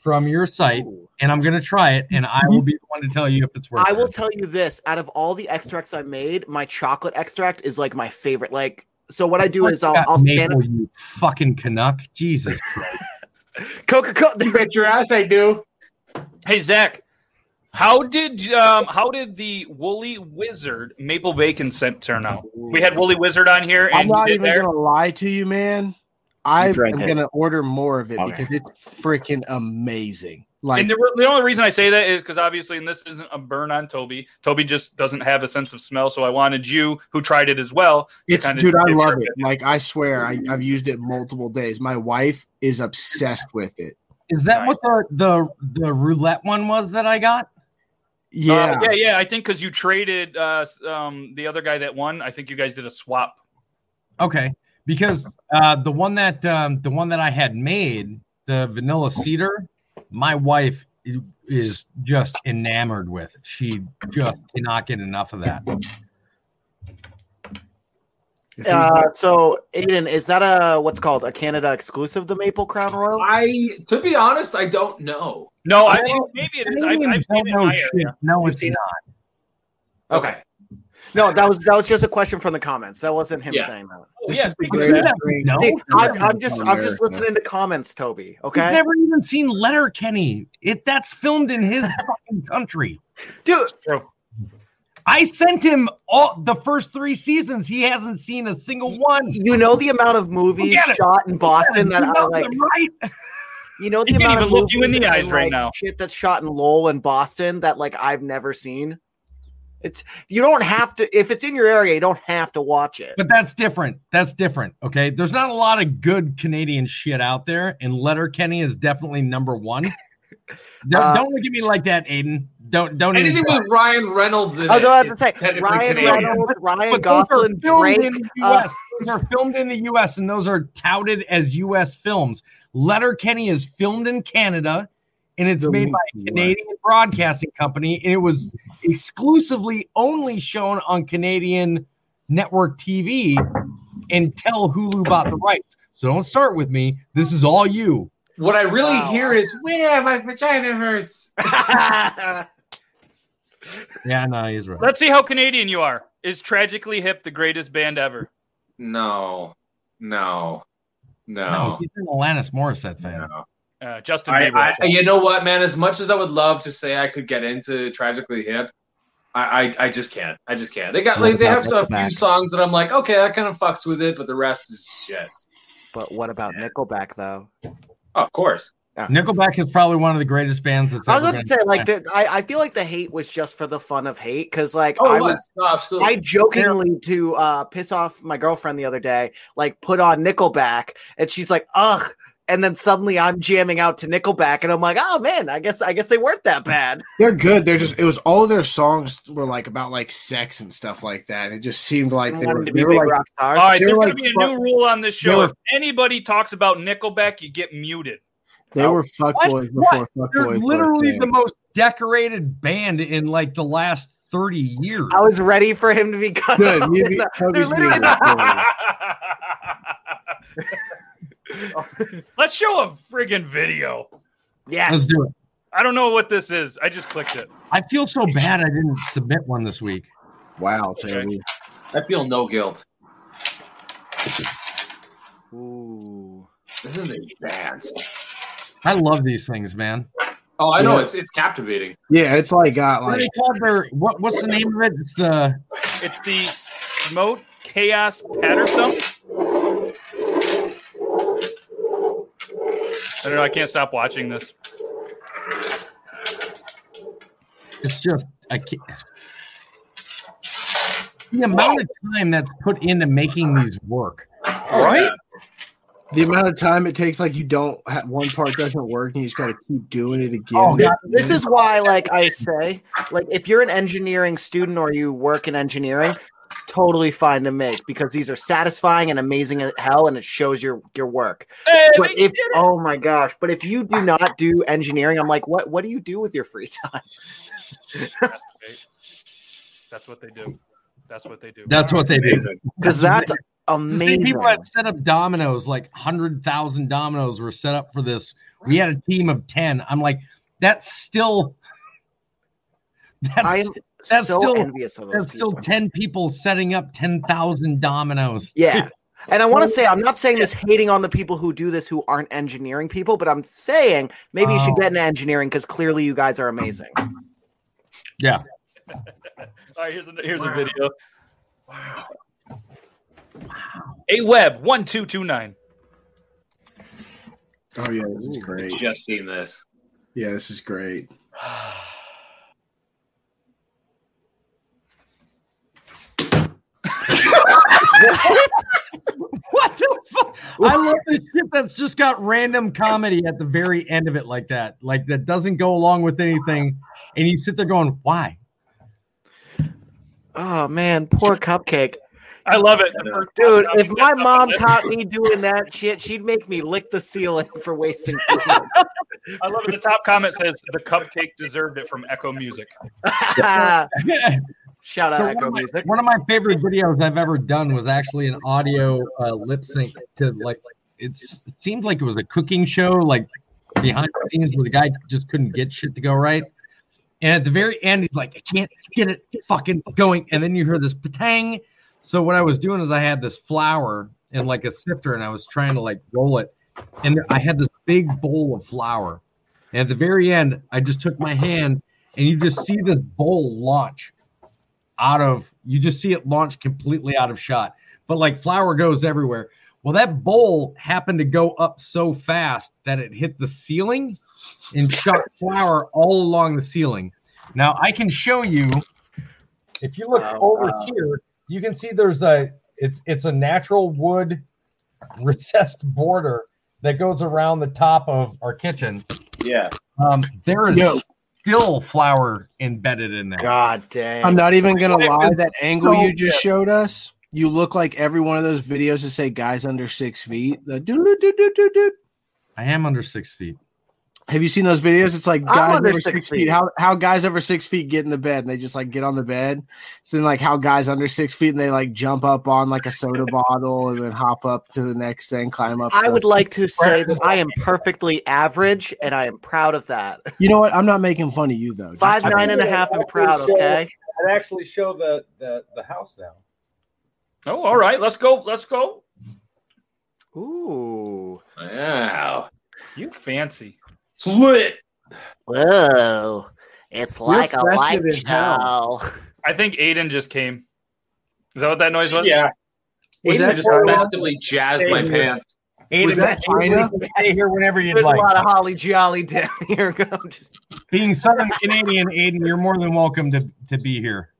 [SPEAKER 1] from your site, and I'm gonna try it, and I will be the one to tell you if it's worth.
[SPEAKER 4] I will
[SPEAKER 1] It.
[SPEAKER 4] tell you this: out of all the extracts I made, my chocolate extract is like my favorite. Like, so what I do is I'll,
[SPEAKER 1] Got
[SPEAKER 4] I'll stand
[SPEAKER 1] maple, you fucking Canuck. Jesus Christ.
[SPEAKER 4] Coca
[SPEAKER 3] You
[SPEAKER 4] Cola.
[SPEAKER 3] bet your ass I do.
[SPEAKER 2] Hey Zach, how did um, how did the Woolly Wizard Maple Bacon scent turn out? We had Woolly Wizard on here, and
[SPEAKER 5] i'm
[SPEAKER 2] you
[SPEAKER 5] not
[SPEAKER 2] did
[SPEAKER 5] even
[SPEAKER 2] there.
[SPEAKER 5] gonna lie to you man i am
[SPEAKER 4] drank it.
[SPEAKER 5] gonna order more of it
[SPEAKER 4] Okay.
[SPEAKER 5] because it's freaking amazing like
[SPEAKER 2] And the, re- the only reason I say that is because obviously, and this isn't a burn on Toby. Toby just doesn't have a sense of smell, so I wanted you, who tried it as well. to
[SPEAKER 5] It's
[SPEAKER 2] kinda
[SPEAKER 5] dude, I
[SPEAKER 2] give
[SPEAKER 5] love
[SPEAKER 2] your
[SPEAKER 5] it.
[SPEAKER 2] opinion.
[SPEAKER 5] Like I swear, I, I've used it multiple days. My wife is obsessed with it.
[SPEAKER 1] Is that what the, the the roulette one was that I got?
[SPEAKER 5] Yeah,
[SPEAKER 2] Uh, yeah, yeah. I think because you traded uh, s- um, the other guy that won. I think you guys did a swap.
[SPEAKER 1] Okay, because uh, the one that um, the one that I had made, the vanilla cedar, my wife i- is just enamored with. She just cannot get enough of that.
[SPEAKER 5] If you-
[SPEAKER 4] Uh, so, Aiden, is that a what's called a Canada exclusive? The Maple Crown Royal.
[SPEAKER 3] I, to be honest, I don't know.
[SPEAKER 2] No, I
[SPEAKER 1] I
[SPEAKER 2] think
[SPEAKER 1] don't-
[SPEAKER 2] maybe it is. I, I've
[SPEAKER 1] Don't
[SPEAKER 2] seen it in
[SPEAKER 1] know
[SPEAKER 2] my
[SPEAKER 1] shit.
[SPEAKER 2] area.
[SPEAKER 1] No, it's
[SPEAKER 4] seen
[SPEAKER 1] not.
[SPEAKER 4] Okay. No, that was that was just a question from the comments. That wasn't him
[SPEAKER 3] Yeah.
[SPEAKER 4] saying that.
[SPEAKER 2] Oh,
[SPEAKER 5] this
[SPEAKER 2] yeah,
[SPEAKER 5] is the
[SPEAKER 2] speaking of
[SPEAKER 5] greatest
[SPEAKER 1] that-
[SPEAKER 5] drink.
[SPEAKER 1] No,
[SPEAKER 4] Hey,
[SPEAKER 1] I've
[SPEAKER 4] I'm, I'm just I'm just
[SPEAKER 5] America.
[SPEAKER 4] listening to comments, Toby.
[SPEAKER 1] I've
[SPEAKER 4] Okay,
[SPEAKER 1] never even seen Letter Kenny. It that's filmed in his fucking country.
[SPEAKER 4] dude.
[SPEAKER 2] True.
[SPEAKER 1] I sent him all the first three seasons. He hasn't seen a single one.
[SPEAKER 4] You know the amount of movies
[SPEAKER 1] Look at it.
[SPEAKER 4] shot in Boston
[SPEAKER 1] Look at
[SPEAKER 4] that
[SPEAKER 1] it.
[SPEAKER 4] I like.
[SPEAKER 1] Right?
[SPEAKER 4] You know the
[SPEAKER 2] He can't
[SPEAKER 4] amount
[SPEAKER 2] even
[SPEAKER 4] of
[SPEAKER 2] look you in
[SPEAKER 4] movies
[SPEAKER 2] the
[SPEAKER 4] and,
[SPEAKER 2] eyes right
[SPEAKER 4] like,
[SPEAKER 2] now.
[SPEAKER 4] Shit that's shot in Lowell and Boston that like I've never seen. It's you don't have to if it's in your area. You don't have to watch it.
[SPEAKER 1] But that's different. That's different. Okay. There's not a lot of good Canadian shit out there, and Letterkenny is definitely number one. don't,
[SPEAKER 4] Uh,
[SPEAKER 1] don't look at me like that, Aiden. Don't don't even
[SPEAKER 3] Anything
[SPEAKER 1] try.
[SPEAKER 3] with Ryan Reynolds in
[SPEAKER 4] I was
[SPEAKER 3] it.
[SPEAKER 4] about to
[SPEAKER 3] is
[SPEAKER 4] say
[SPEAKER 3] technically
[SPEAKER 4] Ryan
[SPEAKER 3] Canadian.
[SPEAKER 4] Reynolds, Ryan
[SPEAKER 1] But those are
[SPEAKER 4] Gosling,
[SPEAKER 1] filmed
[SPEAKER 4] Drake.
[SPEAKER 1] in the
[SPEAKER 4] uh,
[SPEAKER 1] US. Those are filmed in the U.S. and those are touted as U.S. films. Letterkenny is filmed in Canada, and it's
[SPEAKER 5] The
[SPEAKER 1] made by a
[SPEAKER 5] movie, right.
[SPEAKER 1] Canadian broadcasting company, and it was exclusively only shown on Canadian network TV until Hulu bought the rights. So don't start with me. This is all you.
[SPEAKER 3] What I really
[SPEAKER 4] Wow.
[SPEAKER 3] hear is, yeah, my vagina hurts.
[SPEAKER 1] Yeah, no, he's right.
[SPEAKER 2] Let's see how Canadian you are. Is Tragically Hip the greatest band ever?
[SPEAKER 3] No, no,
[SPEAKER 1] No,
[SPEAKER 4] Oh.
[SPEAKER 3] no.
[SPEAKER 1] he's an Alanis Morissette fan.
[SPEAKER 3] no.
[SPEAKER 2] Uh, Justin
[SPEAKER 3] I,
[SPEAKER 2] Bieber.
[SPEAKER 3] I, you know what, man? As much as I would love to say I could get into Tragically Hip, I, I, I just can't. I just can't. They got
[SPEAKER 4] What
[SPEAKER 3] like they
[SPEAKER 4] about
[SPEAKER 3] have some
[SPEAKER 4] Nickelback?
[SPEAKER 3] few songs that I'm like, okay, I kind of fucks with it, but the rest is just,
[SPEAKER 4] but what about Nickelback though?
[SPEAKER 3] oh, of course.
[SPEAKER 1] Nickelback is probably one of the greatest bands that's
[SPEAKER 4] I was
[SPEAKER 1] ever
[SPEAKER 4] about to
[SPEAKER 1] been-
[SPEAKER 4] say like the, I I feel like the hate was just for the fun of hate because like
[SPEAKER 3] Oh,
[SPEAKER 4] I
[SPEAKER 3] it
[SPEAKER 4] was
[SPEAKER 3] was. No, absolutely.
[SPEAKER 4] I jokingly to uh, piss off my girlfriend the other day, like put on Nickelback, and she's like, "Ugh!" And then suddenly I'm jamming out to Nickelback, and I'm like, "Oh man, I guess I guess they weren't that bad."
[SPEAKER 5] They're good. They're just it was all their songs were like about like sex and stuff like that. It just seemed like
[SPEAKER 4] I
[SPEAKER 5] they
[SPEAKER 4] wanted
[SPEAKER 5] were,
[SPEAKER 4] to be
[SPEAKER 5] they were,
[SPEAKER 4] big
[SPEAKER 5] like
[SPEAKER 4] rock stars.
[SPEAKER 2] All right,
[SPEAKER 5] They
[SPEAKER 2] there's
[SPEAKER 5] were
[SPEAKER 2] going to
[SPEAKER 5] like
[SPEAKER 2] be a
[SPEAKER 5] fuck-
[SPEAKER 2] new rule on this
[SPEAKER 5] they
[SPEAKER 2] show.
[SPEAKER 5] were-
[SPEAKER 2] if anybody talks about Nickelback, you get muted.
[SPEAKER 5] they were fuck boys before fuck
[SPEAKER 1] They're
[SPEAKER 5] boys. were a
[SPEAKER 1] literally
[SPEAKER 5] thing.
[SPEAKER 1] the most decorated band in like the last 30 years.
[SPEAKER 4] I was ready for him to be cut.
[SPEAKER 5] good.
[SPEAKER 4] off in
[SPEAKER 5] Music,
[SPEAKER 4] the-
[SPEAKER 5] Toby's
[SPEAKER 4] they're literally-
[SPEAKER 5] music. yeah.
[SPEAKER 2] Let's show a friggin' video.
[SPEAKER 1] Let's
[SPEAKER 4] yes,
[SPEAKER 1] do it.
[SPEAKER 2] I don't know what this is. I just clicked it.
[SPEAKER 1] I feel so bad I didn't submit one this week.
[SPEAKER 5] Wow, Toby.
[SPEAKER 3] I feel no guilt.
[SPEAKER 4] Ooh.
[SPEAKER 3] This is advanced.
[SPEAKER 1] I love these things, man.
[SPEAKER 3] Oh, I know.
[SPEAKER 5] Yeah.
[SPEAKER 3] It's it's captivating.
[SPEAKER 5] Yeah, it's like got
[SPEAKER 1] What do
[SPEAKER 5] like
[SPEAKER 1] they call their what what's the name of it? It's the
[SPEAKER 2] It's the Smote Chaos Patterson. I don't know. I can't stop watching this.
[SPEAKER 1] it's just I can't the amount of time that's put into making these work.
[SPEAKER 2] Right?
[SPEAKER 5] the amount of time it takes. Like you don't ha one part doesn't work, and you just got to keep doing it again.
[SPEAKER 1] Oh,
[SPEAKER 4] This, this is why, like I say, like if you're an engineering student or you work in engineering, totally fine to make because these are satisfying and amazing as hell, and it shows your your work.
[SPEAKER 2] Hey,
[SPEAKER 4] but
[SPEAKER 2] they
[SPEAKER 4] if
[SPEAKER 2] did it.
[SPEAKER 4] oh my gosh, but if you do not do engineering, I'm like, what what do you do with your free time?
[SPEAKER 2] That's what they do. That's what they do.
[SPEAKER 1] That's what they do.
[SPEAKER 4] Because that's
[SPEAKER 1] The same
[SPEAKER 4] amazing.
[SPEAKER 1] people that set up dominoes, like hundred thousand dominoes were set up for this. We had a team of ten. I'm like, that's still that's
[SPEAKER 4] I'm
[SPEAKER 1] that's
[SPEAKER 4] so
[SPEAKER 1] still-
[SPEAKER 4] envious of those
[SPEAKER 1] That's still
[SPEAKER 4] people.
[SPEAKER 1] 10 people setting up 10,000 dominoes.
[SPEAKER 4] yeah. And I want to say I'm not saying this hating on the people who do this who aren't engineering people, but I'm saying maybe you should
[SPEAKER 1] Oh.
[SPEAKER 4] get into engineering because clearly you guys are amazing.
[SPEAKER 1] Yeah.
[SPEAKER 2] All right, here's a, here's a video. Wow. A web one two two nine.
[SPEAKER 5] oh yeah, this is great.
[SPEAKER 3] Just seen this.
[SPEAKER 5] Yeah, this is great.
[SPEAKER 1] What the fuck? I love this shit that's just got random comedy at the very end of it, like that. Like that doesn't go along with anything. And you sit there going, why?
[SPEAKER 4] Oh man, poor cupcake.
[SPEAKER 2] I love it.
[SPEAKER 4] Dude, if my mom caught me doing that shit, she'd make me lick the ceiling for wasting food.
[SPEAKER 2] I love it. The top comment says the cupcake deserved it from Echo Music.
[SPEAKER 4] Shout out
[SPEAKER 1] So
[SPEAKER 4] Echo
[SPEAKER 1] one, of my,
[SPEAKER 4] Music.
[SPEAKER 1] one of my favorite videos I've ever done was actually an audio uh, lip sync to like it's, it seems like it was a cooking show like behind the scenes where the guy just couldn't get shit to go right. And at the very end, he's like, I can't get it fucking going. And then you hear this patang. So what I was doing is I had this flour and like a sifter, and I was trying to like roll it. And I had this big bowl of flour. And at the very end, I just took my hand, and you just see this bowl launch out of you just see it launch completely out of shot. But like flour goes everywhere. Well, that bowl happened to go up so fast that it hit the ceiling and shot flour all along the ceiling. Now I can show you if you look over here, you can see there's a it's it's a natural wood recessed border that goes around the top of our kitchen.
[SPEAKER 3] Yeah.
[SPEAKER 1] Um, there is
[SPEAKER 5] Yo.
[SPEAKER 1] still flour embedded in there.
[SPEAKER 4] God damn.
[SPEAKER 5] I'm not even gonna lie. That angle
[SPEAKER 1] so
[SPEAKER 5] you just showed us, you look like every one of those videos that say guys under six feet. The doo doo doo doo doo doo.
[SPEAKER 1] I am under six feet.
[SPEAKER 5] Have you seen those videos? It's like
[SPEAKER 4] I'm
[SPEAKER 5] guys
[SPEAKER 4] under
[SPEAKER 5] over
[SPEAKER 4] six
[SPEAKER 5] six, feet.
[SPEAKER 4] feet.
[SPEAKER 5] How how guys over six feet get in the bed and they just like get on the bed. So then like how guys under six feet and they like jump up on like a soda bottle and then hop up to the next thing, climb up.
[SPEAKER 4] I
[SPEAKER 5] the-
[SPEAKER 4] would like to say that I am perfectly average and I am proud of that.
[SPEAKER 5] You know what? I'm not making fun of you though. Just-
[SPEAKER 4] Five nine and a half and proud, okay?
[SPEAKER 1] I'd actually show the the, the house now.
[SPEAKER 2] Oh, all right. Let's go. Let's go.
[SPEAKER 4] Ooh.
[SPEAKER 3] Wow.
[SPEAKER 2] You fancy.
[SPEAKER 3] It's lit.
[SPEAKER 4] Whoa. It's like a
[SPEAKER 5] festive
[SPEAKER 4] light
[SPEAKER 5] as hell.
[SPEAKER 4] show.
[SPEAKER 2] I think Aiden just came. Is that what that noise was?
[SPEAKER 7] Yeah.
[SPEAKER 5] Was
[SPEAKER 3] Aiden
[SPEAKER 5] that
[SPEAKER 3] just
[SPEAKER 5] China?
[SPEAKER 3] massively jazzed my pants?
[SPEAKER 5] was that China?
[SPEAKER 1] Stay here whenever you'd
[SPEAKER 4] There's a
[SPEAKER 1] like.
[SPEAKER 4] lot of holly jolly down here. Go- just-
[SPEAKER 1] Being Southern Canadian, Aiden, you're more than welcome to, to be here.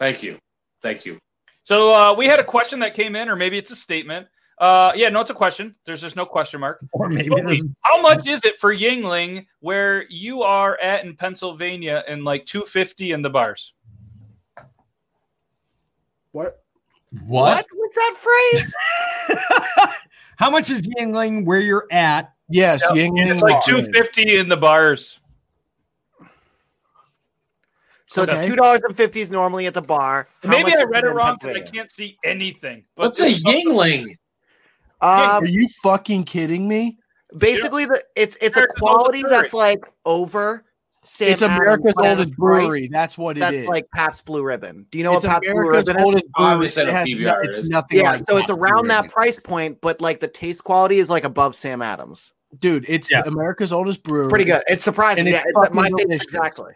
[SPEAKER 3] Thank you. Thank you.
[SPEAKER 2] So uh, we had a question that came in, or maybe it's a statement. Uh, yeah, no, it's a question. There's just no question mark.
[SPEAKER 1] Or maybe there's-
[SPEAKER 2] How much is it for Yingling where you are at in Pennsylvania and like 250 in the bars?
[SPEAKER 5] What?
[SPEAKER 1] what?
[SPEAKER 4] What's that phrase?
[SPEAKER 1] How much is Yingling where you're at?
[SPEAKER 5] Yes,
[SPEAKER 2] Yeah,
[SPEAKER 5] Yingling.
[SPEAKER 2] It's like
[SPEAKER 5] Lager.
[SPEAKER 2] 250 in the bars.
[SPEAKER 4] so it's
[SPEAKER 5] Okay.
[SPEAKER 4] two dollars and fifties normally at the bar. How
[SPEAKER 2] Maybe
[SPEAKER 4] much
[SPEAKER 2] I
[SPEAKER 4] is
[SPEAKER 2] read it
[SPEAKER 4] in
[SPEAKER 2] wrong because I
[SPEAKER 4] Pennsylvania?
[SPEAKER 2] can't see anything. But
[SPEAKER 3] What's a yingling?
[SPEAKER 4] Um,
[SPEAKER 5] Are you fucking kidding me?
[SPEAKER 4] basically, the, it's it's a
[SPEAKER 2] America's
[SPEAKER 4] quality
[SPEAKER 2] oldest brewery.
[SPEAKER 4] that's like over. Sam
[SPEAKER 5] it's America's
[SPEAKER 4] Adams, Glenn
[SPEAKER 5] oldest
[SPEAKER 4] Price.
[SPEAKER 5] brewery. That's what it
[SPEAKER 4] That's
[SPEAKER 5] is.
[SPEAKER 4] like Pabst Blue Ribbon. Do you know
[SPEAKER 5] it's
[SPEAKER 4] what Pabst Blue
[SPEAKER 5] America's
[SPEAKER 4] Ribbon is?
[SPEAKER 5] oldest brewery.
[SPEAKER 3] Obviously,
[SPEAKER 5] It has
[SPEAKER 3] PBR
[SPEAKER 5] no-
[SPEAKER 3] is.
[SPEAKER 5] it's nothing
[SPEAKER 4] Yeah,
[SPEAKER 5] like
[SPEAKER 4] so it's
[SPEAKER 5] Pabst
[SPEAKER 4] around
[SPEAKER 5] Brewery.
[SPEAKER 4] that price point, but like the taste quality is like above Sam Adams.
[SPEAKER 5] dude. It's
[SPEAKER 1] Yeah.
[SPEAKER 5] America's oldest brewery.
[SPEAKER 4] Pretty good. It's surprising.
[SPEAKER 5] And it's
[SPEAKER 4] yeah, it's
[SPEAKER 5] fucking
[SPEAKER 4] my taste
[SPEAKER 5] delicious.
[SPEAKER 4] exactly.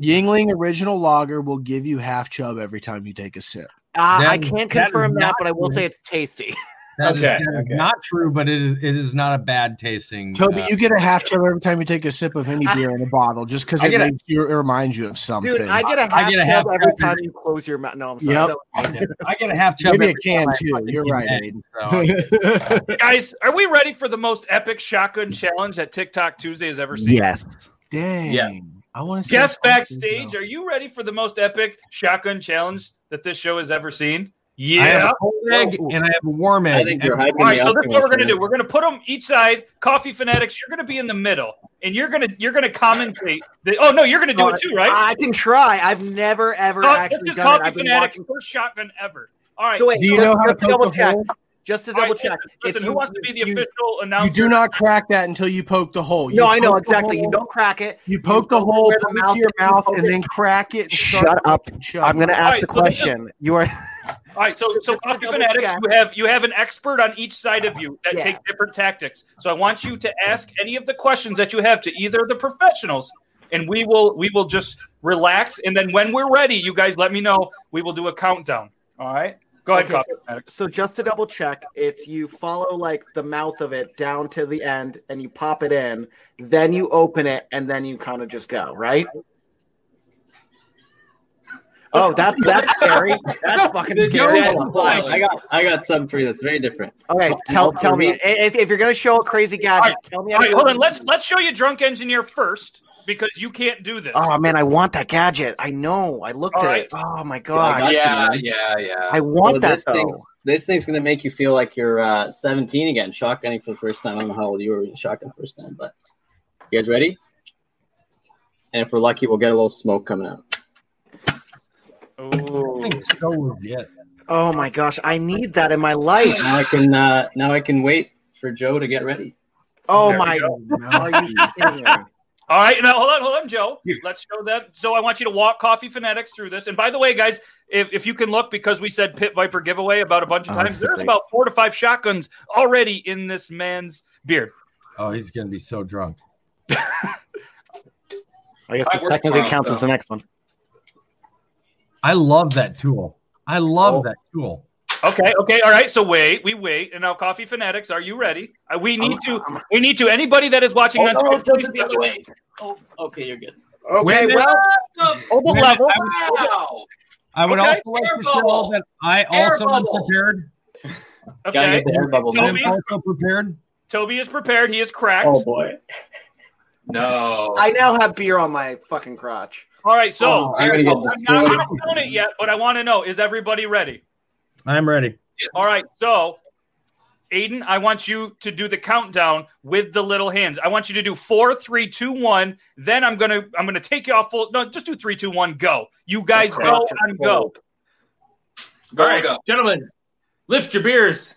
[SPEAKER 5] Yingling original lager will give you half chub every time you take a sip.
[SPEAKER 4] Uh,
[SPEAKER 1] That-
[SPEAKER 4] I can't
[SPEAKER 1] that is
[SPEAKER 4] confirm that,
[SPEAKER 1] not
[SPEAKER 4] but I will
[SPEAKER 1] good.
[SPEAKER 4] say it's tasty.
[SPEAKER 1] That is
[SPEAKER 3] Okay,
[SPEAKER 1] that is
[SPEAKER 3] okay.
[SPEAKER 1] not true, but it is it is not a bad tasting.
[SPEAKER 5] Toby,
[SPEAKER 1] uh,
[SPEAKER 5] you get a half chub every time you take a sip of any
[SPEAKER 4] I-
[SPEAKER 5] beer in a bottle, just because
[SPEAKER 1] I
[SPEAKER 5] it,
[SPEAKER 1] get a-
[SPEAKER 5] makes you, it reminds you of something.
[SPEAKER 4] Dude, I get a half,
[SPEAKER 1] I get a half
[SPEAKER 4] chub every
[SPEAKER 1] chub
[SPEAKER 4] time
[SPEAKER 1] every-
[SPEAKER 4] you close your mouth. No, I'm sorry.
[SPEAKER 5] Yep.
[SPEAKER 4] That was-
[SPEAKER 1] I get a half chub.
[SPEAKER 5] Maybe a
[SPEAKER 1] every
[SPEAKER 5] can
[SPEAKER 1] time I
[SPEAKER 5] too.
[SPEAKER 1] fucking
[SPEAKER 5] You're
[SPEAKER 1] eat
[SPEAKER 5] right,
[SPEAKER 1] that,
[SPEAKER 5] Aiden.
[SPEAKER 1] so.
[SPEAKER 2] guys, are we ready for the most epic shotgun challenge that TikTok Tuesday has ever seen?
[SPEAKER 4] Yes.
[SPEAKER 5] Dang.
[SPEAKER 3] Yeah.
[SPEAKER 5] I want to
[SPEAKER 2] Guest backstage, are you ready for the most epic shotgun challenge that this show has ever seen?
[SPEAKER 1] I
[SPEAKER 2] Yeah.
[SPEAKER 1] have a cold egg
[SPEAKER 5] Oh.
[SPEAKER 1] and I have a warm egg.
[SPEAKER 7] I think you're hyping
[SPEAKER 2] All right,
[SPEAKER 7] me
[SPEAKER 2] so
[SPEAKER 7] up
[SPEAKER 2] this
[SPEAKER 7] too
[SPEAKER 2] is what
[SPEAKER 7] much,
[SPEAKER 2] we're gonna
[SPEAKER 7] man.
[SPEAKER 2] do. We're gonna put them each side. Coffee fanatics, you're gonna be in the middle, and you're gonna you're gonna commentate. The, oh no, you're gonna do it too, right?
[SPEAKER 4] I can try. I've never ever
[SPEAKER 2] Co- this
[SPEAKER 4] actually
[SPEAKER 2] is
[SPEAKER 4] done it.
[SPEAKER 2] coffee
[SPEAKER 4] I've been
[SPEAKER 2] fanatics
[SPEAKER 4] watching.
[SPEAKER 2] first shotgun ever. All right.
[SPEAKER 4] So wait,
[SPEAKER 5] Do you
[SPEAKER 4] just,
[SPEAKER 5] know how to
[SPEAKER 4] just to double
[SPEAKER 5] poke the
[SPEAKER 4] check.
[SPEAKER 5] hole?
[SPEAKER 4] Just to
[SPEAKER 2] all right,
[SPEAKER 4] double check.
[SPEAKER 2] Listen, listen,
[SPEAKER 4] It's
[SPEAKER 2] who wants to be the
[SPEAKER 4] you-
[SPEAKER 2] official announcer?
[SPEAKER 5] You do not crack that until you poke the hole. You
[SPEAKER 4] No, I know
[SPEAKER 5] poke the
[SPEAKER 4] exactly. You
[SPEAKER 5] hole,
[SPEAKER 4] don't crack it.
[SPEAKER 5] You poke the
[SPEAKER 4] poke it
[SPEAKER 5] hole,
[SPEAKER 4] where the
[SPEAKER 5] put it
[SPEAKER 4] mouth
[SPEAKER 5] to your
[SPEAKER 4] is, you
[SPEAKER 5] mouth,
[SPEAKER 4] poke
[SPEAKER 5] and
[SPEAKER 4] it.
[SPEAKER 5] then crack it. and
[SPEAKER 4] Shut
[SPEAKER 5] start
[SPEAKER 4] up.
[SPEAKER 5] fucking chub.
[SPEAKER 4] I'm gonna
[SPEAKER 2] All
[SPEAKER 4] ask
[SPEAKER 2] right,
[SPEAKER 4] the
[SPEAKER 2] so this is-
[SPEAKER 4] question. You are
[SPEAKER 2] All right, so
[SPEAKER 4] So
[SPEAKER 2] so
[SPEAKER 4] this is
[SPEAKER 2] coffee
[SPEAKER 4] double
[SPEAKER 2] fanatics,
[SPEAKER 4] check.
[SPEAKER 2] you have you have an expert on each side of you that
[SPEAKER 4] Yeah.
[SPEAKER 2] take different tactics. So I want you to ask any of the questions that you have to either of the professionals, and we will we will just relax, and then when we're ready, you guys let me know. We will do a countdown. All right, go ahead,
[SPEAKER 4] Okay,
[SPEAKER 2] coffee fanatics.
[SPEAKER 4] So just to double check, it's you follow like the mouth of it down to the end and you pop it in, then you open it and then you kind of just go, right? Oh, that's that's scary. That's fucking scary.
[SPEAKER 7] Yeah, hold on. I got I got something for you that's very different.
[SPEAKER 4] Okay, tell tell me if, if you're gonna show a crazy gadget, tell me.
[SPEAKER 2] All
[SPEAKER 4] how
[SPEAKER 2] right,
[SPEAKER 4] to do
[SPEAKER 2] hold
[SPEAKER 4] it.
[SPEAKER 2] on. Let's let's show you drunk engineer first because you can't do this.
[SPEAKER 4] Oh man, I want that gadget. I know. I looked
[SPEAKER 2] All
[SPEAKER 4] at
[SPEAKER 2] right.
[SPEAKER 4] it. Oh my
[SPEAKER 7] I
[SPEAKER 4] god,
[SPEAKER 7] got
[SPEAKER 3] Yeah,
[SPEAKER 7] you, man.
[SPEAKER 3] yeah, yeah.
[SPEAKER 4] I want
[SPEAKER 7] So
[SPEAKER 4] that
[SPEAKER 7] this
[SPEAKER 4] though.
[SPEAKER 7] thing's this thing's gonna make you feel like you're uh, 17 again, shotgunning for the first time. I don't know how old you were when you shotgun first time, but you guys ready? And if we're lucky, we'll get a little smoke coming out.
[SPEAKER 2] Ooh.
[SPEAKER 1] so legit.
[SPEAKER 4] Oh my gosh, I need that in my life.
[SPEAKER 7] Now I can uh, now I can wait for Joe to get ready.
[SPEAKER 4] Oh
[SPEAKER 2] There we
[SPEAKER 4] my.
[SPEAKER 2] go.
[SPEAKER 4] Are you kidding me?
[SPEAKER 2] All right, now hold on, hold on, Joe. Let's show that. So I want you to walk Coffee Fanatics through this. And by the way, guys, if, if you can look, because we said Pit Viper giveaway about a bunch of
[SPEAKER 4] Oh,
[SPEAKER 2] times,
[SPEAKER 4] that's the
[SPEAKER 2] there's
[SPEAKER 4] thing.
[SPEAKER 2] about four to five shotguns already in this man's beard.
[SPEAKER 1] Oh, he's gonna be so drunk.
[SPEAKER 4] I guess
[SPEAKER 6] I
[SPEAKER 4] that
[SPEAKER 6] work
[SPEAKER 4] technically
[SPEAKER 6] tomorrow,
[SPEAKER 4] counts as
[SPEAKER 6] so.
[SPEAKER 4] the next one.
[SPEAKER 1] I love that tool. I love that tool.
[SPEAKER 2] Okay, okay, all right. So wait, we wait, and now coffee fanatics, are you ready? Uh, We need to, we need to. Anybody that is watching on Twitch, please
[SPEAKER 7] the other way. Oh, okay, you're good.
[SPEAKER 1] Wait a
[SPEAKER 4] Okay,
[SPEAKER 1] minute.
[SPEAKER 4] well,
[SPEAKER 2] hold
[SPEAKER 1] Wait
[SPEAKER 2] the
[SPEAKER 1] a minute,
[SPEAKER 2] level.
[SPEAKER 6] Wow.
[SPEAKER 1] I would
[SPEAKER 2] Okay,
[SPEAKER 1] also like
[SPEAKER 6] air
[SPEAKER 1] to show
[SPEAKER 6] bubble.
[SPEAKER 1] that I
[SPEAKER 6] Air
[SPEAKER 1] also am
[SPEAKER 6] bubble.
[SPEAKER 1] prepared.
[SPEAKER 7] Gotta
[SPEAKER 2] Okay,
[SPEAKER 7] get the air bubble,
[SPEAKER 1] I'm
[SPEAKER 7] man.
[SPEAKER 2] Toby?
[SPEAKER 1] also prepared.
[SPEAKER 2] Toby is prepared. He is cracked.
[SPEAKER 7] Oh boy.
[SPEAKER 6] No.
[SPEAKER 4] I now have beer on my fucking crotch.
[SPEAKER 2] All right, so
[SPEAKER 7] Oh, I'm gonna get
[SPEAKER 2] I'm not
[SPEAKER 7] destroyed.
[SPEAKER 2] going to count it yet, but I want to know: is everybody ready?
[SPEAKER 1] I'm ready.
[SPEAKER 2] All right, so Aiden, I want you to do the countdown with the little hands. I want you to do four, three, two, one. Then I'm gonna I'm gonna take you off full. No, just do three, two, one, go. You guys go and go.
[SPEAKER 3] All
[SPEAKER 6] Go,
[SPEAKER 3] right,
[SPEAKER 6] go.
[SPEAKER 3] gentlemen, lift your beers.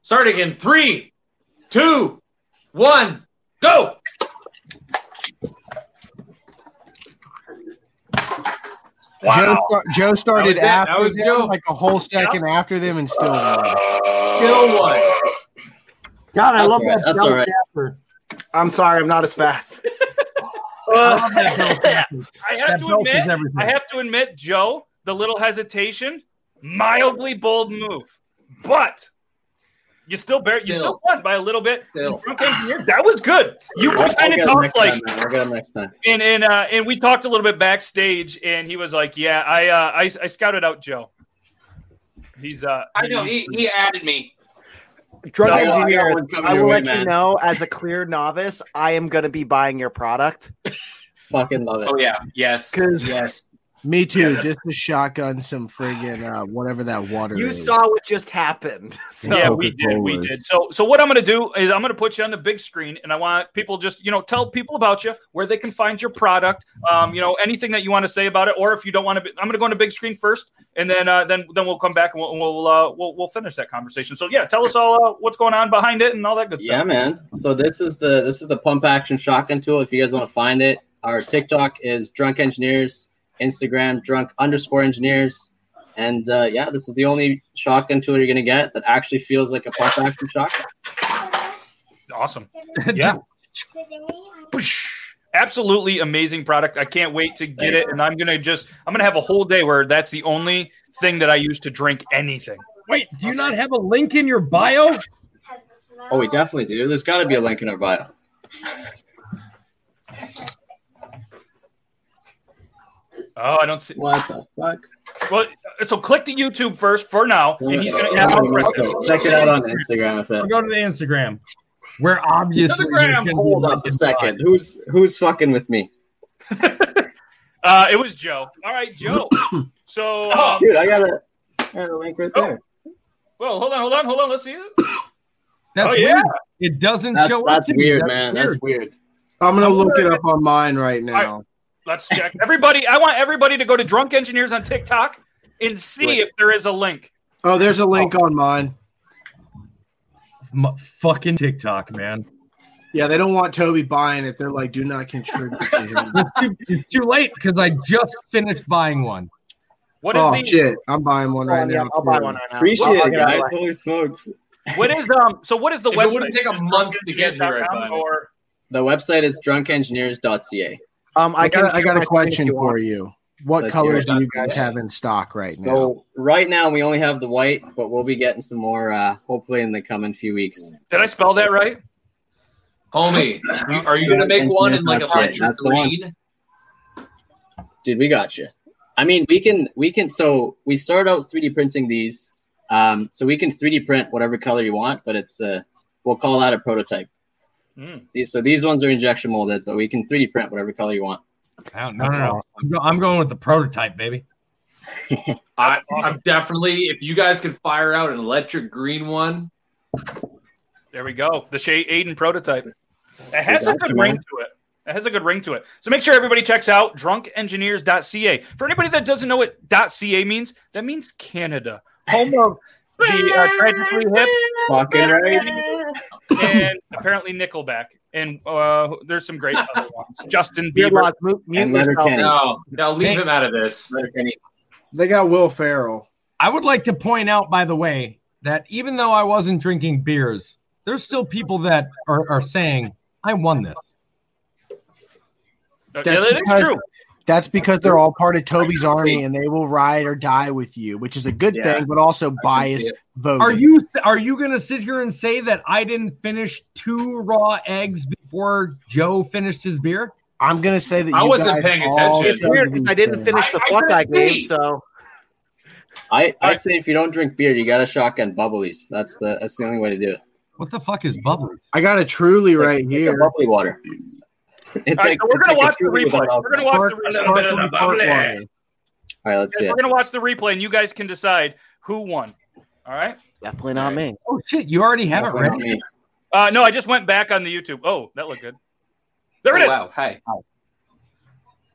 [SPEAKER 3] Starting in three, two, one, go.
[SPEAKER 5] Joe, star- Joe started
[SPEAKER 3] it. That
[SPEAKER 5] after
[SPEAKER 3] was
[SPEAKER 5] them,
[SPEAKER 3] Joe.
[SPEAKER 5] like a whole second after them, and still won.
[SPEAKER 3] Still one.
[SPEAKER 10] God, I
[SPEAKER 7] That's
[SPEAKER 10] love
[SPEAKER 7] all right,
[SPEAKER 10] that.
[SPEAKER 7] that's
[SPEAKER 10] Bell
[SPEAKER 7] all right.
[SPEAKER 10] Tapper.
[SPEAKER 4] I'm sorry, I'm not as fast.
[SPEAKER 2] I have
[SPEAKER 1] That
[SPEAKER 2] to
[SPEAKER 1] belt is
[SPEAKER 2] admit,
[SPEAKER 1] everything.
[SPEAKER 2] I have to admit, Joe, the little hesitation, mildly bold move, but you still bear, you
[SPEAKER 6] Still.
[SPEAKER 2] still won by a little bit.
[SPEAKER 6] Still.
[SPEAKER 2] You came here. That was good. You
[SPEAKER 7] I'll, I'll
[SPEAKER 2] kind
[SPEAKER 7] get
[SPEAKER 2] of
[SPEAKER 7] 'em
[SPEAKER 2] talked
[SPEAKER 7] next
[SPEAKER 2] like
[SPEAKER 7] time, man. I'll get 'em next time.
[SPEAKER 2] and and uh, and we talked a little bit backstage, and he was like, "Yeah, I uh, I, I scouted out Joe. He's uh,
[SPEAKER 6] I know he, he added me.
[SPEAKER 4] Drug
[SPEAKER 2] So, I
[SPEAKER 7] got
[SPEAKER 4] engineer,
[SPEAKER 7] one coming
[SPEAKER 4] I
[SPEAKER 7] your
[SPEAKER 4] will
[SPEAKER 7] way,
[SPEAKER 4] let you
[SPEAKER 7] man.
[SPEAKER 4] know as a clear novice, I am going to be buying your product
[SPEAKER 7] Fucking love it.
[SPEAKER 6] Oh yeah. Yes.
[SPEAKER 4] because
[SPEAKER 6] Yes.
[SPEAKER 5] Me too. Just to shotgun some friggin' uh, whatever that water.
[SPEAKER 4] you
[SPEAKER 5] is.
[SPEAKER 4] saw what just happened. So,
[SPEAKER 2] yeah, we did, we
[SPEAKER 5] Coca-Cola.
[SPEAKER 2] did. So so what I'm gonna do is I'm gonna put you on the big screen, and I want people just you know tell people about you, where they can find your product, um, you know anything that you want to say about it, or if you don't want to, I'm gonna go on the big screen first, and then uh, then then we'll come back and we'll we'll, uh, we'll we'll finish that conversation. So yeah, tell us all uh, what's going on behind it and all that good stuff.
[SPEAKER 7] Yeah, man. So this is the this is the pump action shotgun tool. If you guys want to find it, our TikTok is drunk engineers, Instagram drunk underscore engineers, and uh, yeah, this is the only shotgun tool you're gonna get that actually feels like a pump action shotgun.
[SPEAKER 2] Awesome. Yeah. Whoosh. Absolutely amazing product. I can't wait to get
[SPEAKER 7] Thanks.
[SPEAKER 2] it. And I'm going to just, I'm going to have a whole day where that's the only thing that I use to drink anything.
[SPEAKER 1] Wait, do you not have a link in your bio?
[SPEAKER 7] Oh, we definitely do. There's got to be a link in our bio.
[SPEAKER 2] Oh, I don't see.
[SPEAKER 7] What the fuck?
[SPEAKER 2] Well, so click the YouTube first for now. And he's going to have a breakfast.
[SPEAKER 7] Check it out on Instagram if it.
[SPEAKER 1] I'll go to the Instagram. Where obviously there's
[SPEAKER 2] Instagram,
[SPEAKER 1] gonna be
[SPEAKER 7] Hold
[SPEAKER 1] link
[SPEAKER 7] up a
[SPEAKER 1] in-
[SPEAKER 7] second. Who's who's fucking with me,
[SPEAKER 2] Uh, it was Joe. All right, Joe.
[SPEAKER 3] Oh.
[SPEAKER 2] So, um,
[SPEAKER 7] dude? I got a, I got a link right there.
[SPEAKER 2] well, hold on, hold on, hold on. Let's see it.
[SPEAKER 1] That's
[SPEAKER 2] Oh,
[SPEAKER 1] weird.
[SPEAKER 2] yeah.
[SPEAKER 1] It doesn't
[SPEAKER 7] That's
[SPEAKER 1] show up.
[SPEAKER 7] that's
[SPEAKER 1] to me.
[SPEAKER 7] weird, man. That's weird.
[SPEAKER 5] I'm gonna look it up on mine right now.
[SPEAKER 2] Let's check. Everybody, I want everybody to go to Drunk Engineers on TikTok and see
[SPEAKER 7] Right.
[SPEAKER 2] if there is a link.
[SPEAKER 5] Oh, there's a link on mine.
[SPEAKER 1] M- fucking TikTok, man.
[SPEAKER 5] Yeah, they don't want Toby buying it. They're like, do not contribute to him.
[SPEAKER 1] It's too, it's too late because I just finished buying one.
[SPEAKER 2] What is
[SPEAKER 5] oh
[SPEAKER 2] the
[SPEAKER 5] shit, I'm buying one right
[SPEAKER 4] yeah,
[SPEAKER 5] now.
[SPEAKER 4] I'll buy
[SPEAKER 5] too.
[SPEAKER 4] one right now.
[SPEAKER 7] Appreciate
[SPEAKER 4] Well, I'll
[SPEAKER 7] it,
[SPEAKER 4] get out of
[SPEAKER 7] guys.
[SPEAKER 4] the way.
[SPEAKER 7] Holy smokes.
[SPEAKER 2] What is um? So what is the
[SPEAKER 3] If it
[SPEAKER 2] website?
[SPEAKER 3] wouldn't take a
[SPEAKER 2] Is it
[SPEAKER 3] month to get here, I'd
[SPEAKER 2] drunkenengineers.com
[SPEAKER 3] buy it.
[SPEAKER 2] Or
[SPEAKER 7] The website is drunkengineers.ca.
[SPEAKER 4] Um, I,
[SPEAKER 5] I
[SPEAKER 4] can
[SPEAKER 5] got I
[SPEAKER 4] share
[SPEAKER 5] got
[SPEAKER 4] my
[SPEAKER 5] a
[SPEAKER 4] screen if
[SPEAKER 5] question
[SPEAKER 4] you want.
[SPEAKER 5] for you. What
[SPEAKER 7] Let's
[SPEAKER 5] colors
[SPEAKER 7] hear
[SPEAKER 5] do
[SPEAKER 7] it.
[SPEAKER 5] you guys have in stock right now?
[SPEAKER 7] So right now we only have the white, but we'll be getting some more uh, hopefully in the coming few weeks.
[SPEAKER 2] did I spell that right?
[SPEAKER 3] Homie, you- are you gonna make one in like a
[SPEAKER 7] That's it.
[SPEAKER 3] lighter
[SPEAKER 7] That's the one.
[SPEAKER 3] green?
[SPEAKER 7] Dude, we got you. I mean, we can we can so we start out 3D printing these. Um, so we can 3D print whatever color you want, but it's uh, we'll call that a prototype.
[SPEAKER 2] Mm.
[SPEAKER 7] These, so these ones are injection molded, but we can 3D print whatever color you want.
[SPEAKER 1] I don't, no, no, no. I'm, go- I'm going with the prototype, baby.
[SPEAKER 3] I, I'm definitely. If you guys can fire out an electric green one,
[SPEAKER 2] There we go. The Shay Aiden prototype. It has a good ring to it. It has a good ring to it. So make sure everybody checks out drunkengineers.ca. For anybody that doesn't know what .ca means, that means Canada, home of the uh, tragically hip
[SPEAKER 7] Fucking right.
[SPEAKER 2] and apparently Nickelback. And uh, there's some great other ones. Justin
[SPEAKER 4] Beer
[SPEAKER 2] Bieber.
[SPEAKER 4] laws, mute, mute
[SPEAKER 7] And letter
[SPEAKER 4] yourself.
[SPEAKER 7] candy.
[SPEAKER 3] no, no, leave him out of this.
[SPEAKER 5] They got Will Farrell.
[SPEAKER 1] I would like to point out, by the way, that even though I wasn't drinking beers, there's still people that are, are saying, I won this.
[SPEAKER 2] Uh,
[SPEAKER 5] That's
[SPEAKER 2] it is
[SPEAKER 5] because-
[SPEAKER 2] true.
[SPEAKER 5] That's because they're all part of Toby's army and they will ride or die with you, which is a good
[SPEAKER 1] Yeah.
[SPEAKER 5] thing, but also bias
[SPEAKER 1] it.
[SPEAKER 5] voting.
[SPEAKER 1] Are you are you gonna sit here and say that I didn't finish two raw eggs before Joe finished his beer?
[SPEAKER 5] I'm gonna say that
[SPEAKER 4] I you wasn't guys paying all attention.
[SPEAKER 1] It's weird 'cause
[SPEAKER 4] I didn't finish the fuck I gave, so
[SPEAKER 7] I, I say if you don't drink beer, you gotta shotgun bubblies. That's the that's the only way to do it.
[SPEAKER 1] What the fuck is bubblies?
[SPEAKER 5] I got a truly right here.
[SPEAKER 7] bubbly water. It's
[SPEAKER 2] All right,
[SPEAKER 7] like-
[SPEAKER 2] so we're
[SPEAKER 7] it's
[SPEAKER 2] gonna
[SPEAKER 7] like a
[SPEAKER 2] watch the
[SPEAKER 7] Truly
[SPEAKER 2] replay.
[SPEAKER 7] without
[SPEAKER 2] We're gonna watch the
[SPEAKER 7] alcohol.
[SPEAKER 2] replay. Sparkling
[SPEAKER 7] Sparkling
[SPEAKER 2] bubbly.
[SPEAKER 7] port water. All right, let's see
[SPEAKER 2] Guys,
[SPEAKER 7] it.
[SPEAKER 2] we're gonna watch the replay, and you guys can decide who won. All right.
[SPEAKER 4] definitely not me.
[SPEAKER 1] Oh shit, you already have it
[SPEAKER 2] Definitely
[SPEAKER 1] ready.
[SPEAKER 2] Uh, no, I just went back on the YouTube. Oh, that looked good. There it
[SPEAKER 6] Oh,
[SPEAKER 2] is.
[SPEAKER 6] wow. Hi.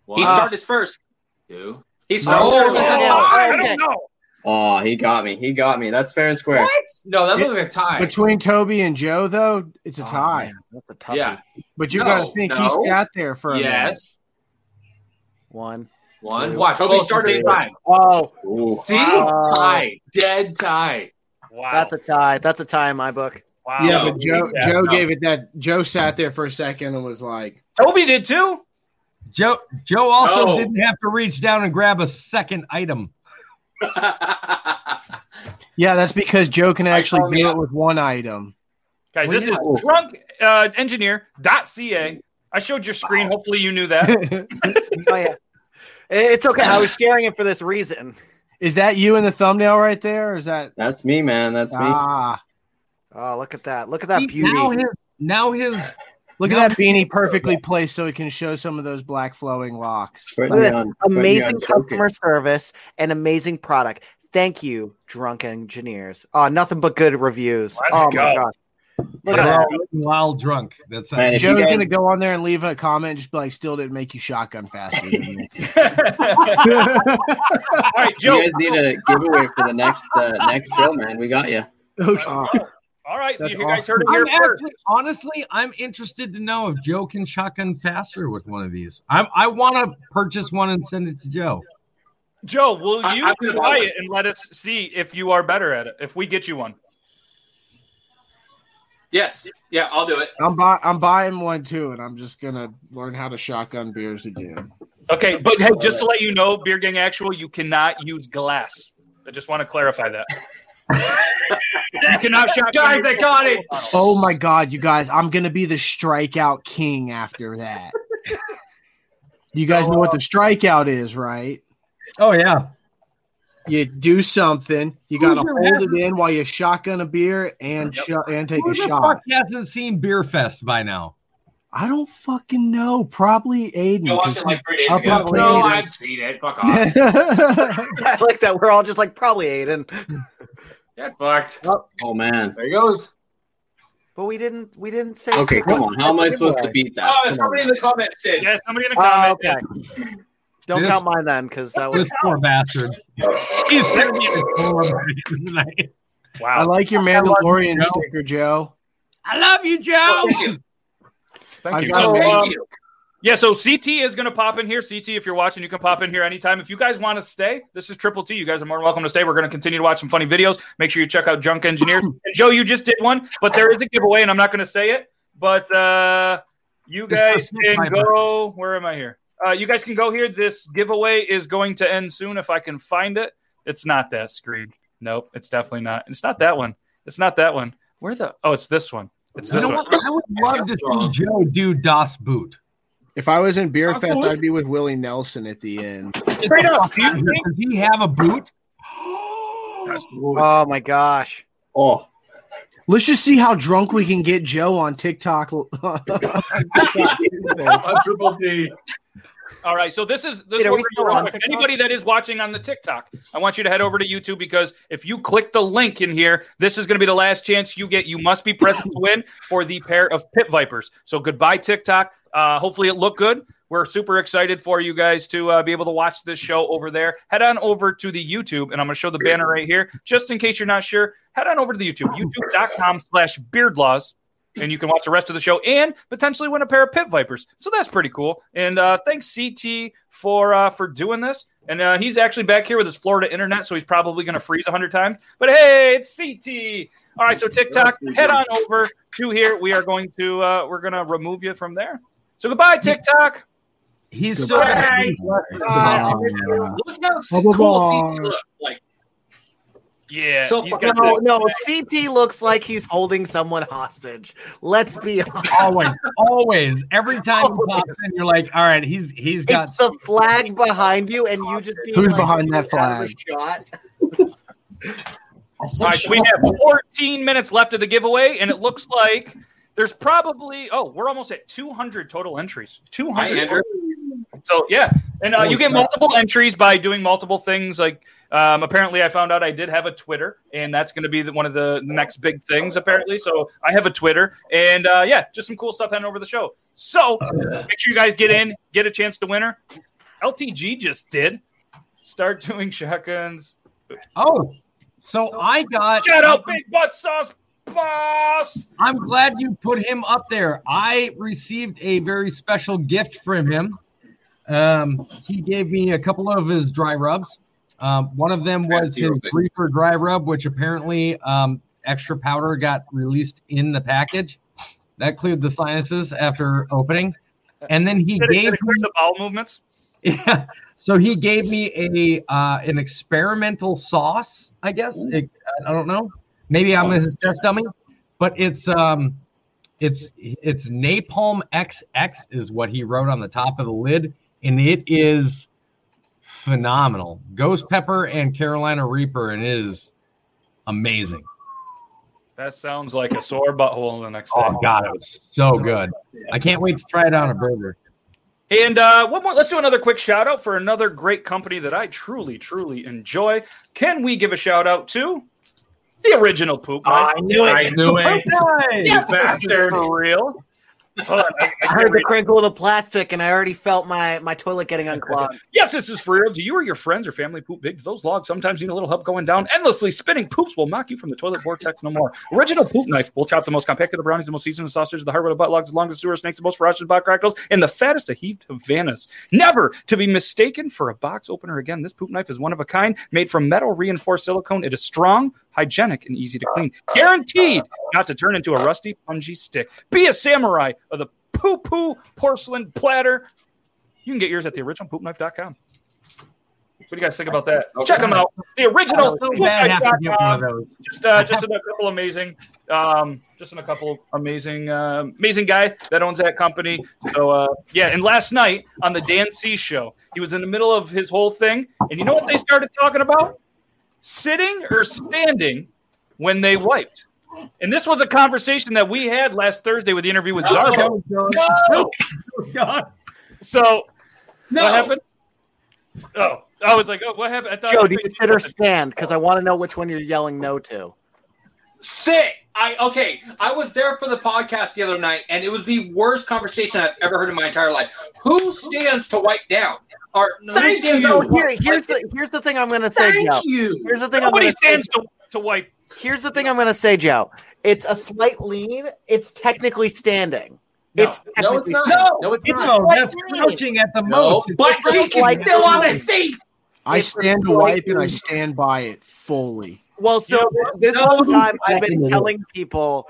[SPEAKER 6] He
[SPEAKER 7] Wow.
[SPEAKER 6] started first.
[SPEAKER 3] Two.
[SPEAKER 6] He started
[SPEAKER 7] Oh,
[SPEAKER 6] first.
[SPEAKER 7] it's a
[SPEAKER 6] Oh,
[SPEAKER 7] tie.
[SPEAKER 6] I don't
[SPEAKER 2] know.
[SPEAKER 7] Oh, he got me. He got me. That's fair and square.
[SPEAKER 6] What?
[SPEAKER 3] No,
[SPEAKER 7] that
[SPEAKER 3] looked like a tie.
[SPEAKER 5] Between Toby and Joe, though, it's a tie.
[SPEAKER 4] Oh, that's a
[SPEAKER 3] Yeah.
[SPEAKER 5] But you
[SPEAKER 3] No,
[SPEAKER 5] gotta think he
[SPEAKER 3] no.
[SPEAKER 5] sat there for a
[SPEAKER 3] Yes.
[SPEAKER 4] One.
[SPEAKER 3] One.
[SPEAKER 5] two.
[SPEAKER 3] Watch. Toby started at the same time.
[SPEAKER 4] Oh,
[SPEAKER 3] See?
[SPEAKER 4] Wow.
[SPEAKER 3] Tie. Dead tie.
[SPEAKER 2] Wow.
[SPEAKER 4] That's a tie. That's a tie in my book.
[SPEAKER 2] Wow.
[SPEAKER 5] minute. Yeah, but Joe
[SPEAKER 4] Yeah,
[SPEAKER 5] Joe
[SPEAKER 4] no.
[SPEAKER 5] gave it that Joe sat there for a second and was like
[SPEAKER 2] Toby did too.
[SPEAKER 1] Joe Joe also
[SPEAKER 5] No.
[SPEAKER 1] didn't have to reach down and grab a second item.
[SPEAKER 5] Yeah, that's because Joe can actually do it with one item.
[SPEAKER 2] Guys,
[SPEAKER 5] Well,
[SPEAKER 2] this
[SPEAKER 5] yeah.
[SPEAKER 2] is drunk uh, engineer.ca. I showed your screen. Hopefully, you knew that.
[SPEAKER 4] oh yeah. It's okay. I was sharing it for this reason.
[SPEAKER 5] Is that you in the thumbnail right there? Or is that
[SPEAKER 7] That's me, man. That's me.
[SPEAKER 5] ah?
[SPEAKER 4] Oh, look at that! Look at that
[SPEAKER 5] See,
[SPEAKER 4] beauty.
[SPEAKER 5] now his-
[SPEAKER 1] now his
[SPEAKER 5] Look at that beanie perfectly placed so it can show some of those black flowing locks.
[SPEAKER 4] Look at that. amazing customer service and amazing product. Thank you, drunk engineers. Oh, nothing but good reviews.
[SPEAKER 1] Let's
[SPEAKER 4] oh
[SPEAKER 1] go.
[SPEAKER 4] my god. Look at
[SPEAKER 1] While,
[SPEAKER 4] that.
[SPEAKER 1] while drunk. That's
[SPEAKER 5] Joe's gonna go on there and leave a comment, and just be like, "Still didn't make you shotgun faster." Than me.
[SPEAKER 2] All right, Joe.
[SPEAKER 7] You guys need a giveaway for the next uh, next show, man. We got you.
[SPEAKER 2] All right,
[SPEAKER 7] That's
[SPEAKER 2] you guys heard
[SPEAKER 7] awesome.
[SPEAKER 2] it
[SPEAKER 1] I'm
[SPEAKER 2] here first.
[SPEAKER 1] actually, honestly, I'm interested to know if Joe can shotgun faster with one of these. I'm, I want to purchase one and send it to Joe.
[SPEAKER 2] Joe, will you
[SPEAKER 1] I'm gonna
[SPEAKER 2] try
[SPEAKER 1] buy
[SPEAKER 2] it and let us see if you are better at it? If we get you one,
[SPEAKER 6] Yes. Yeah, I'll do it.
[SPEAKER 5] I'm buy- I'm buying one too, and I'm just gonna learn how to shotgun beers again.
[SPEAKER 2] okay. But hey, just to let you know, Beer Gang Actual, you cannot use glass. I just want to clarify that. you cannot shotgun.
[SPEAKER 3] Guys, I got it.
[SPEAKER 5] Oh my god, you guys! I'm gonna be the strikeout king after that. You guys know what the strikeout is, right?
[SPEAKER 1] Oh yeah.
[SPEAKER 5] You do something. You
[SPEAKER 1] Who's
[SPEAKER 5] gotta
[SPEAKER 1] your
[SPEAKER 5] hold
[SPEAKER 1] master?
[SPEAKER 5] it in while you shotgun a beer and sho- and take
[SPEAKER 1] Who
[SPEAKER 5] a
[SPEAKER 1] the
[SPEAKER 5] shot.
[SPEAKER 1] fuck hasn't seen Beer Fest by now?
[SPEAKER 5] I don't fucking know. Probably Aiden.
[SPEAKER 1] You watched it like three days ago.
[SPEAKER 5] and
[SPEAKER 1] No,
[SPEAKER 5] played
[SPEAKER 1] I've
[SPEAKER 5] it.
[SPEAKER 3] seen it. Fuck
[SPEAKER 1] off.
[SPEAKER 4] I like that. We're all just like probably Aiden.
[SPEAKER 3] Get fucked.
[SPEAKER 4] Oh,
[SPEAKER 7] Oh man.
[SPEAKER 3] There he goes.
[SPEAKER 4] But we didn't. We didn't say.
[SPEAKER 7] Okay, come on. How am I supposed to beat that?
[SPEAKER 6] Oh, somebody in the comments did.
[SPEAKER 2] Yeah, somebody in
[SPEAKER 4] the comments did. Ah, Don't
[SPEAKER 1] This-
[SPEAKER 4] count mine then, because that was
[SPEAKER 1] This poor bastard. He's sent me a poor bastard tonight.
[SPEAKER 2] Wow.
[SPEAKER 5] I like your Mandalorian sticker, Joe.
[SPEAKER 1] I love you, Joe.
[SPEAKER 2] Thank
[SPEAKER 5] I've
[SPEAKER 2] you.
[SPEAKER 5] got
[SPEAKER 2] So,
[SPEAKER 5] a lot-
[SPEAKER 2] um, Yeah, so CT is going to pop in here. CT, if you're watching, you can pop in here anytime. If you guys want to stay, this is Triple T. You guys are more than welcome to stay. We're going to continue to watch some funny videos. Make sure you check out Junk Engineers. And Joe, you just did one, but there is a giveaway, and I'm not going to say it. But uh, you guys can go. Where am I here? Uh, you guys can go here. This giveaway is going to end soon if I can find it. It's not that screen. Nope, it's definitely not. It's not that one. It's not that one. Where the? Oh, it's this one. It's
[SPEAKER 1] You
[SPEAKER 2] this
[SPEAKER 1] know
[SPEAKER 2] one.
[SPEAKER 1] what? I would love to see Joe do Das Boot.
[SPEAKER 5] If I was in Beer
[SPEAKER 1] Of
[SPEAKER 5] Fest,
[SPEAKER 1] course.
[SPEAKER 5] I'd be with Willie Nelson at the end.
[SPEAKER 1] Straight up, does he have a boot?
[SPEAKER 4] Oh my gosh.
[SPEAKER 7] Oh.
[SPEAKER 5] Let's just see how drunk we can get Joe on TikTok.
[SPEAKER 3] Triple D.
[SPEAKER 2] All right, so this is this
[SPEAKER 4] Wait,
[SPEAKER 2] is
[SPEAKER 4] are
[SPEAKER 2] what
[SPEAKER 4] we
[SPEAKER 2] we're
[SPEAKER 4] still
[SPEAKER 2] doing
[SPEAKER 4] on
[SPEAKER 2] real quick.
[SPEAKER 4] TikTok?
[SPEAKER 2] Anybody that is watching on the TikTok, I want you to head over to YouTube because if you click the link in here, this is going to be the last chance you get. You must be present to win for the pair of Pit Vipers. So goodbye TikTok. Uh, hopefully it looked good. We're super excited for you guys to uh, be able to watch this show over there. Head on over to the YouTube, and I'm going to show the banner right here. Just in case you're not sure, head on over to the YouTube, youtube.com slash beardlaws and you can watch the rest of the show and potentially win a pair of pit vipers. So that's pretty cool. And uh, thanks CT for uh, for doing this. And uh, he's actually back here with his Florida internet, so he's probably going to freeze hundred times. But hey, it's CT. All right, so TikTok, head on over to here. We are going to uh, we're going to remove you from there. So goodbye TikTok.
[SPEAKER 1] He's so.
[SPEAKER 6] Goodbye.
[SPEAKER 1] Goodbye.
[SPEAKER 6] "Uh, Look how cool
[SPEAKER 1] Bubble ball.
[SPEAKER 6] CT looks. Like,
[SPEAKER 2] Yeah.
[SPEAKER 6] So
[SPEAKER 4] no,
[SPEAKER 6] he's got that-
[SPEAKER 4] no. CT looks like he's holding someone hostage. Let's be honest.
[SPEAKER 1] Always, always, every time he pops in, you're like, all right, he's he's got
[SPEAKER 4] It's the flag behind you, and you just being
[SPEAKER 1] Who's
[SPEAKER 4] like,
[SPEAKER 1] behind that
[SPEAKER 4] "Dude, out of
[SPEAKER 1] flag?"
[SPEAKER 4] a Shot.
[SPEAKER 2] All right, so we have 14 minutes left of the giveaway, and it looks like there's probably oh, we're almost at 200 total entries. 200.
[SPEAKER 6] Hi, Andrew.
[SPEAKER 2] So yeah, and uh, you get multiple entries by doing multiple things. Like um, apparently, I found out I did have a Twitter, and that's going to be the, one of the, the next big things. Apparently, so I have a Twitter, and uh, yeah, just some cool stuff heading over the show. So make sure you guys get in, get a chance to winner. LTG just did start doing shotguns.
[SPEAKER 1] Oh, so I got.
[SPEAKER 2] Shut up, big butt sauce boss.
[SPEAKER 1] I'm glad you put him up there. I received a very special gift from him. Um, he gave me a couple of his dry rubs. Um, one of them was his reefer dry rub, which apparently um, extra powder got released in the package. That cleared the sinuses after opening. And then he
[SPEAKER 2] Did it- did
[SPEAKER 1] gave
[SPEAKER 2] it clear the bowel movements.
[SPEAKER 1] yeah. So he gave me a uh, an experimental sauce, I guess. It, I don't know. Maybe I'm his test dummy, but it's um, it's it's napalm XX is what he wrote on the top of the lid, and it is phenomenal. Ghost pepper and Carolina Reaper, and it is amazing.
[SPEAKER 2] That sounds like a sore butthole the next day.
[SPEAKER 1] Oh God, it was so good. I can't wait to try it on a burger.
[SPEAKER 2] And uh, one more, let's do another quick shout out for another great company that I truly, truly enjoy. Can we give a shout out to the original Poop Life?
[SPEAKER 4] I knew it. I knew it.
[SPEAKER 2] Yes,
[SPEAKER 4] You
[SPEAKER 2] this is
[SPEAKER 4] bastard.
[SPEAKER 2] for real. Hold on, I- I
[SPEAKER 4] I heard
[SPEAKER 2] can't
[SPEAKER 4] the
[SPEAKER 2] read.
[SPEAKER 4] crinkle of the plastic, and I already felt my, my toilet getting unclogged.
[SPEAKER 2] Yes, this is for real. Do you or your friends or family poop big? Those logs sometimes need a little help going down. Endlessly spinning poops will knock you from the toilet vortex no more. Original poop knife will chop the most compact of the brownies, the most seasoned sausage, the hardwood of butt logs, the longest sewer snakes, the most ferocious butt crackles, and the fattest of heaved Havanas. Never to be mistaken for a box opener again. This poop knife is one of a kind, made from metal reinforced silicone. It is strong, hygienic, and easy to clean. Guaranteed not to turn into a rusty, pungy stick. Be a samurai of the poo poo porcelain platter. You can get yours at theoriginalpoopknife.com. What do you guys think about that?
[SPEAKER 1] Okay.
[SPEAKER 2] Check them out. The original
[SPEAKER 1] I feel bad having to get one of those.
[SPEAKER 2] Just uh, just in a couple amazing, um, just in a couple amazing, uh, amazing guy that owns that company. So uh, yeah, and last night on the Dan C show, he was in the middle of his whole thing, and you know what they started talking about? Sitting or standing when they wiped. And this was a conversation that we had last Thursday with the interview with Zarbo.
[SPEAKER 4] Oh,
[SPEAKER 1] No.
[SPEAKER 2] So
[SPEAKER 6] No.
[SPEAKER 2] what happened? Oh, I was like, oh, what happened? I thought
[SPEAKER 4] Joe, do you sit or stand? Because I want to know which one you're yelling no to.
[SPEAKER 6] Sit. I okay. I was there for the podcast the other night, and it was the worst conversation I've ever heard in my entire life. Who stands to wipe down? Or who stands
[SPEAKER 4] So
[SPEAKER 6] to
[SPEAKER 4] here,
[SPEAKER 6] wipe?
[SPEAKER 4] here's the here's the thing I'm going to say,
[SPEAKER 6] Thank
[SPEAKER 4] Joe.
[SPEAKER 6] you.
[SPEAKER 4] Here's the thing
[SPEAKER 2] Nobody
[SPEAKER 4] I'm gonna say.
[SPEAKER 2] stands to, to wipe.
[SPEAKER 4] Here's the thing I'm going to say, Joe. It's a slight lean. It's technically standing. it's
[SPEAKER 6] No, it's
[SPEAKER 4] technically
[SPEAKER 6] not.
[SPEAKER 4] standing.
[SPEAKER 6] No, it's not.
[SPEAKER 1] No,
[SPEAKER 4] a slight
[SPEAKER 1] that's
[SPEAKER 4] lean.
[SPEAKER 1] crouching at the
[SPEAKER 6] No,
[SPEAKER 1] most. It's
[SPEAKER 6] but
[SPEAKER 1] crouching
[SPEAKER 6] she can
[SPEAKER 1] at the
[SPEAKER 6] still on a
[SPEAKER 1] most.
[SPEAKER 6] seat.
[SPEAKER 5] I stand to wipe and I stand by it fully.
[SPEAKER 4] Well, so
[SPEAKER 5] You know
[SPEAKER 4] th-
[SPEAKER 5] what?
[SPEAKER 4] this
[SPEAKER 5] No
[SPEAKER 4] whole
[SPEAKER 5] one
[SPEAKER 4] time
[SPEAKER 5] can
[SPEAKER 4] I've been
[SPEAKER 5] do it.
[SPEAKER 4] telling people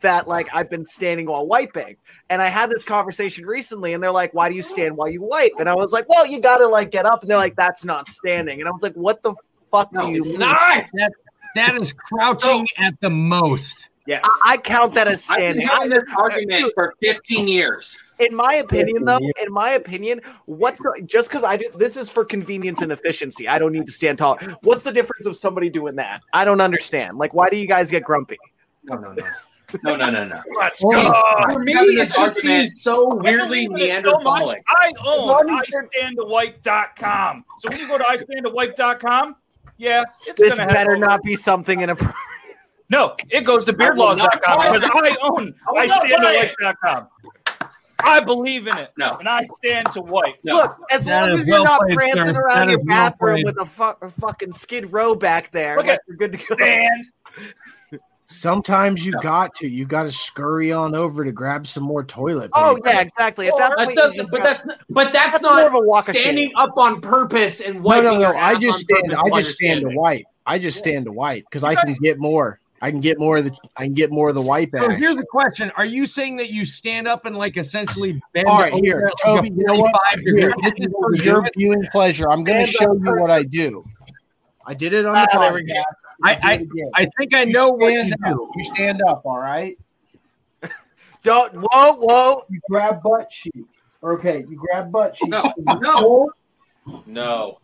[SPEAKER 4] that like I've been standing while wiping. And I had this conversation recently and they're like, "Why do you stand while you wipe?" And I was like, "Well, you got to like get up." And they're like, "That's not standing." And I was like, "What the fuck do you
[SPEAKER 6] It's
[SPEAKER 4] mean?"
[SPEAKER 6] not.
[SPEAKER 1] That, that is crouching at the most.
[SPEAKER 6] Yes.
[SPEAKER 4] I-, I count that as
[SPEAKER 6] I've been
[SPEAKER 4] standing. I-
[SPEAKER 6] having this argument for 15 years.
[SPEAKER 4] in my opinion, though,
[SPEAKER 5] Yeah.
[SPEAKER 4] in my opinion, what's the, just because I do this is for convenience and efficiency. I don't need to stand tall. What's the difference of somebody doing that? I don't understand. Like, why do you guys get grumpy?
[SPEAKER 6] No, no, no. No, no, no, no.
[SPEAKER 2] Let's
[SPEAKER 1] Oh,
[SPEAKER 2] go.
[SPEAKER 1] it's-
[SPEAKER 6] For me,
[SPEAKER 3] Having
[SPEAKER 6] it
[SPEAKER 3] this
[SPEAKER 6] just
[SPEAKER 3] argument-
[SPEAKER 6] seems so
[SPEAKER 2] I
[SPEAKER 6] weirdly
[SPEAKER 2] believe in it so much,
[SPEAKER 6] Neanderthalic.
[SPEAKER 2] I own
[SPEAKER 4] long as
[SPEAKER 2] I
[SPEAKER 4] they're-
[SPEAKER 2] stand to wipe.com. So when you go to I stand to wipe.com, yeah, it's
[SPEAKER 4] This
[SPEAKER 2] gonna
[SPEAKER 4] better
[SPEAKER 2] happen.
[SPEAKER 4] not be something in a.
[SPEAKER 2] No, it goes to
[SPEAKER 6] I will
[SPEAKER 2] beardlaws.com
[SPEAKER 6] not buy it.
[SPEAKER 2] because I own
[SPEAKER 6] I will
[SPEAKER 2] I
[SPEAKER 6] not
[SPEAKER 2] stand to
[SPEAKER 6] buy it.
[SPEAKER 2] wipe.com. I believe in it.
[SPEAKER 6] No.
[SPEAKER 2] And I stand to wipe.
[SPEAKER 6] No.
[SPEAKER 4] Look, as
[SPEAKER 1] That
[SPEAKER 4] long
[SPEAKER 1] is
[SPEAKER 4] as you're
[SPEAKER 1] well
[SPEAKER 4] not
[SPEAKER 1] played,
[SPEAKER 4] prancing
[SPEAKER 1] sir.
[SPEAKER 4] around
[SPEAKER 1] That
[SPEAKER 4] your
[SPEAKER 1] is well
[SPEAKER 4] bathroom
[SPEAKER 1] played.
[SPEAKER 4] with a fu- fucking skid row back there,
[SPEAKER 2] Look
[SPEAKER 4] like,
[SPEAKER 2] at-
[SPEAKER 4] you're good to go.
[SPEAKER 2] Stand.
[SPEAKER 5] Sometimes you got to. You got to scurry on over to grab some more toilet.
[SPEAKER 4] Oh
[SPEAKER 5] paper.
[SPEAKER 4] yeah, exactly. At that
[SPEAKER 2] Or-
[SPEAKER 4] point,
[SPEAKER 6] That
[SPEAKER 4] you
[SPEAKER 6] doesn't,
[SPEAKER 4] just
[SPEAKER 6] but
[SPEAKER 4] got-
[SPEAKER 6] that's but that's,
[SPEAKER 4] That's more
[SPEAKER 6] not
[SPEAKER 4] of a walk of shame.
[SPEAKER 6] standing up on purpose and
[SPEAKER 5] No,
[SPEAKER 6] wiping
[SPEAKER 5] no, no.
[SPEAKER 6] your ass
[SPEAKER 5] I just
[SPEAKER 6] on
[SPEAKER 5] stand.
[SPEAKER 6] purpose
[SPEAKER 5] I
[SPEAKER 6] while
[SPEAKER 5] just
[SPEAKER 6] you're
[SPEAKER 5] stand to
[SPEAKER 6] standing.
[SPEAKER 5] wipe. I just stand to wipe because I can get more. I can get more of the I can get more of the wipe
[SPEAKER 1] So
[SPEAKER 5] action.
[SPEAKER 1] here's the question: Are you saying that you stand up and like essentially bend
[SPEAKER 5] All right,
[SPEAKER 1] over
[SPEAKER 5] here,
[SPEAKER 1] like
[SPEAKER 5] Toby.
[SPEAKER 1] a
[SPEAKER 5] You know what?
[SPEAKER 1] 45 degree
[SPEAKER 5] Here, this is
[SPEAKER 1] angle
[SPEAKER 5] for
[SPEAKER 1] to
[SPEAKER 5] your
[SPEAKER 1] do it?
[SPEAKER 5] viewing pleasure. I'm going
[SPEAKER 1] And
[SPEAKER 5] to
[SPEAKER 1] the
[SPEAKER 5] show you what I do. I did it on the
[SPEAKER 1] Ah, there we
[SPEAKER 5] podcast.
[SPEAKER 1] I, I I think I know what you
[SPEAKER 5] up.
[SPEAKER 1] do.
[SPEAKER 5] You stand up, all right?
[SPEAKER 4] Don't whoa whoa.
[SPEAKER 5] You grab butt cheek. Okay, you grab butt cheek.
[SPEAKER 6] No,
[SPEAKER 5] no.
[SPEAKER 6] No.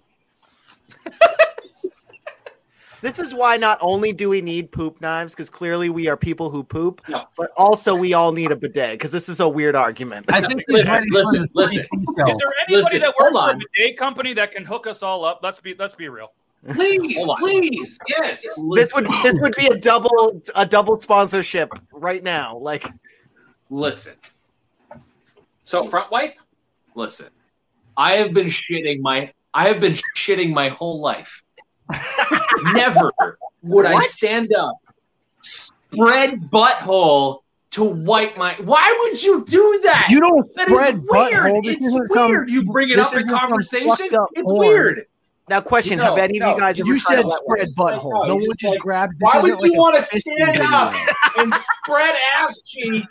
[SPEAKER 4] This is why not only do we need poop knives because clearly we are people who poop, but also we all need a bidet because this is a weird argument.
[SPEAKER 1] I think
[SPEAKER 6] Listen, listen, listen.
[SPEAKER 2] Is there anybody
[SPEAKER 6] Listen,
[SPEAKER 2] that works
[SPEAKER 6] hold
[SPEAKER 2] for a
[SPEAKER 6] on.
[SPEAKER 2] bidet company that can hook us all up? Let's be let's be real.
[SPEAKER 6] Please,
[SPEAKER 2] Hold on.
[SPEAKER 6] please, yes.
[SPEAKER 4] this would this would be a double a double sponsorship right now. Like
[SPEAKER 6] Listen. So front wipe. Listen, I have been shitting my I have been shitting my whole life. Never would I
[SPEAKER 4] What?
[SPEAKER 6] stand up, spread butthole to wipe my. Why would you do that?
[SPEAKER 5] You don't
[SPEAKER 6] That is
[SPEAKER 5] spread
[SPEAKER 6] weird.
[SPEAKER 5] butthole. This
[SPEAKER 6] It's
[SPEAKER 5] isn't some-
[SPEAKER 6] weird. You bring it
[SPEAKER 5] this
[SPEAKER 6] up in
[SPEAKER 5] isn't some
[SPEAKER 6] conversation.
[SPEAKER 5] fucked up
[SPEAKER 6] It's
[SPEAKER 5] porn.
[SPEAKER 6] weird.
[SPEAKER 4] now, question:
[SPEAKER 6] No,
[SPEAKER 4] Have any
[SPEAKER 6] no,
[SPEAKER 4] of you guys? ever
[SPEAKER 5] You
[SPEAKER 4] tried
[SPEAKER 5] said
[SPEAKER 4] a wet
[SPEAKER 5] spread butthole.
[SPEAKER 6] No,
[SPEAKER 5] No
[SPEAKER 6] you
[SPEAKER 5] one
[SPEAKER 6] just
[SPEAKER 5] just
[SPEAKER 6] like,
[SPEAKER 5] grabbed. This
[SPEAKER 6] Why
[SPEAKER 5] isn't
[SPEAKER 6] would
[SPEAKER 5] like
[SPEAKER 6] you
[SPEAKER 5] a
[SPEAKER 6] want to
[SPEAKER 5] fisting
[SPEAKER 6] stand
[SPEAKER 5] video.
[SPEAKER 6] up and spread ass cheek?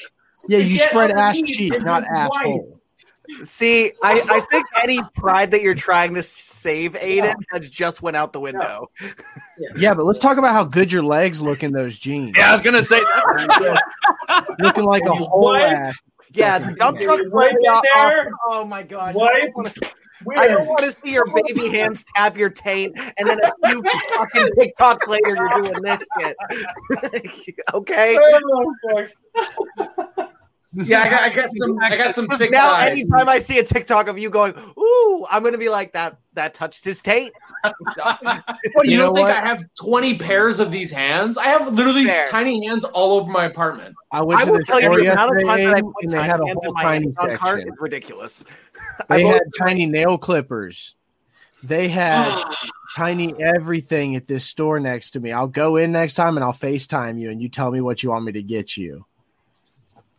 [SPEAKER 5] Yeah,
[SPEAKER 6] to
[SPEAKER 5] you
[SPEAKER 6] get
[SPEAKER 5] spread
[SPEAKER 6] on the
[SPEAKER 5] ass
[SPEAKER 6] knees
[SPEAKER 5] cheek,
[SPEAKER 6] and
[SPEAKER 5] not
[SPEAKER 6] just wipe?
[SPEAKER 5] asshole.
[SPEAKER 4] See, I, I think any pride that you're trying to save, Aiden, has just went out the window.
[SPEAKER 5] Yeah, but let's talk about how good your legs look in those jeans.
[SPEAKER 2] Yeah, I was gonna say
[SPEAKER 5] looking like a whole
[SPEAKER 6] What?
[SPEAKER 5] ass.
[SPEAKER 4] Yeah, the dump truck
[SPEAKER 6] Dude, wipe it there.
[SPEAKER 4] Oh my gosh.
[SPEAKER 6] Wipe.
[SPEAKER 4] I don't want to see your baby hands tap your taint, and then a few fucking TikToks later, you're doing this shit. okay.
[SPEAKER 1] This
[SPEAKER 6] Yeah,
[SPEAKER 1] is
[SPEAKER 6] I got, I
[SPEAKER 1] how-
[SPEAKER 6] got some. I got some
[SPEAKER 4] Because
[SPEAKER 6] thick
[SPEAKER 4] now,
[SPEAKER 6] thighs.
[SPEAKER 4] anytime I see a TikTok of you going, "Ooh," I'm gonna be like, "That that touched his taint."
[SPEAKER 6] What, you,
[SPEAKER 5] You
[SPEAKER 6] don't
[SPEAKER 5] know
[SPEAKER 6] think
[SPEAKER 5] what?
[SPEAKER 6] I have 20 pairs of these hands? I have literally
[SPEAKER 4] Fair.
[SPEAKER 6] tiny hands all over my apartment.
[SPEAKER 5] I went
[SPEAKER 4] I
[SPEAKER 5] to
[SPEAKER 4] will
[SPEAKER 5] the
[SPEAKER 4] tell you
[SPEAKER 5] store
[SPEAKER 4] the amount
[SPEAKER 5] yesterday
[SPEAKER 4] of times that I put
[SPEAKER 5] and they
[SPEAKER 4] tiny
[SPEAKER 5] had a
[SPEAKER 4] hands in
[SPEAKER 5] whole
[SPEAKER 4] my
[SPEAKER 5] tiny
[SPEAKER 4] Amazon cart
[SPEAKER 5] section.
[SPEAKER 4] is ridiculous.
[SPEAKER 5] They
[SPEAKER 4] I've
[SPEAKER 5] had
[SPEAKER 4] always-
[SPEAKER 5] tiny nail clippers. They had tiny everything at this store next to me. I'll go in next time and I'll FaceTime you and you tell me what you want me to get you.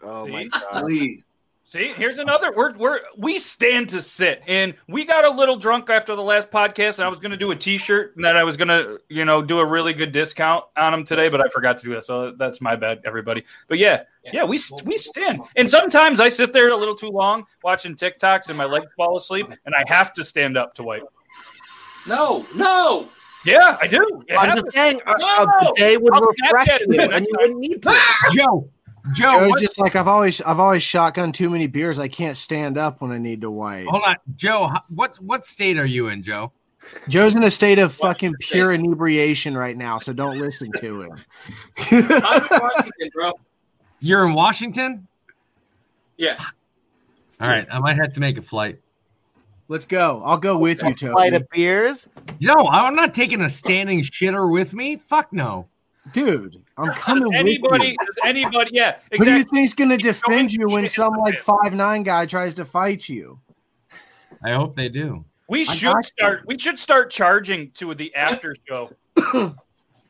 [SPEAKER 4] Oh my
[SPEAKER 2] See?
[SPEAKER 4] god.
[SPEAKER 6] Please.
[SPEAKER 2] See, here's another. We're we're we stand to sit, and we got a little drunk after the last podcast. And I was going to do a T-shirt, and that I was going to you know do a really good discount on them today, but I forgot to do that, so that's my bad, everybody. But yeah, yeah, we we stand, and sometimes I sit there a little too long watching TikToks, and my legs fall asleep, and I have to stand up to wipe.
[SPEAKER 6] No, no.
[SPEAKER 2] Yeah, I do. It
[SPEAKER 4] I'm
[SPEAKER 2] happens.
[SPEAKER 4] just saying, a, a
[SPEAKER 2] No!
[SPEAKER 4] bidet would
[SPEAKER 2] I'll Snapchat
[SPEAKER 4] refresh
[SPEAKER 2] it
[SPEAKER 4] you,
[SPEAKER 2] again
[SPEAKER 4] and
[SPEAKER 2] next
[SPEAKER 4] you
[SPEAKER 2] time.
[SPEAKER 4] wouldn't need to.
[SPEAKER 1] Joe. Joe,
[SPEAKER 5] Joe's
[SPEAKER 1] what-
[SPEAKER 5] just like I've always I've always shotgun too many beers. I can't stand up when I need to wipe.
[SPEAKER 4] Oh.
[SPEAKER 1] hold on, Joe. ho- What what state are you in, Joe?
[SPEAKER 5] Joe's in a state of fucking pure inebriation right now, so don't listen to him.
[SPEAKER 6] I'm in Washington, bro.
[SPEAKER 1] You're in Washington.
[SPEAKER 6] Yeah.
[SPEAKER 1] All right, I might have to make a flight.
[SPEAKER 5] Let's go. I'll go with you,
[SPEAKER 4] Flight
[SPEAKER 5] Toby.
[SPEAKER 4] of beers.
[SPEAKER 1] No, I'm not taking a standing shitter with me. Fuck no.
[SPEAKER 5] Dude, I'm
[SPEAKER 2] Does
[SPEAKER 5] coming with
[SPEAKER 2] anybody?
[SPEAKER 5] you.
[SPEAKER 2] Does anybody? Yeah,
[SPEAKER 5] Who do
[SPEAKER 2] exactly.
[SPEAKER 5] you think's gonna defend you when
[SPEAKER 2] shit
[SPEAKER 5] some
[SPEAKER 2] in the
[SPEAKER 5] like
[SPEAKER 2] pit.
[SPEAKER 5] five nine guy tries to fight you?
[SPEAKER 1] I hope they do.
[SPEAKER 2] we
[SPEAKER 5] I
[SPEAKER 2] should
[SPEAKER 5] got you.
[SPEAKER 2] start. We should start charging to the after show.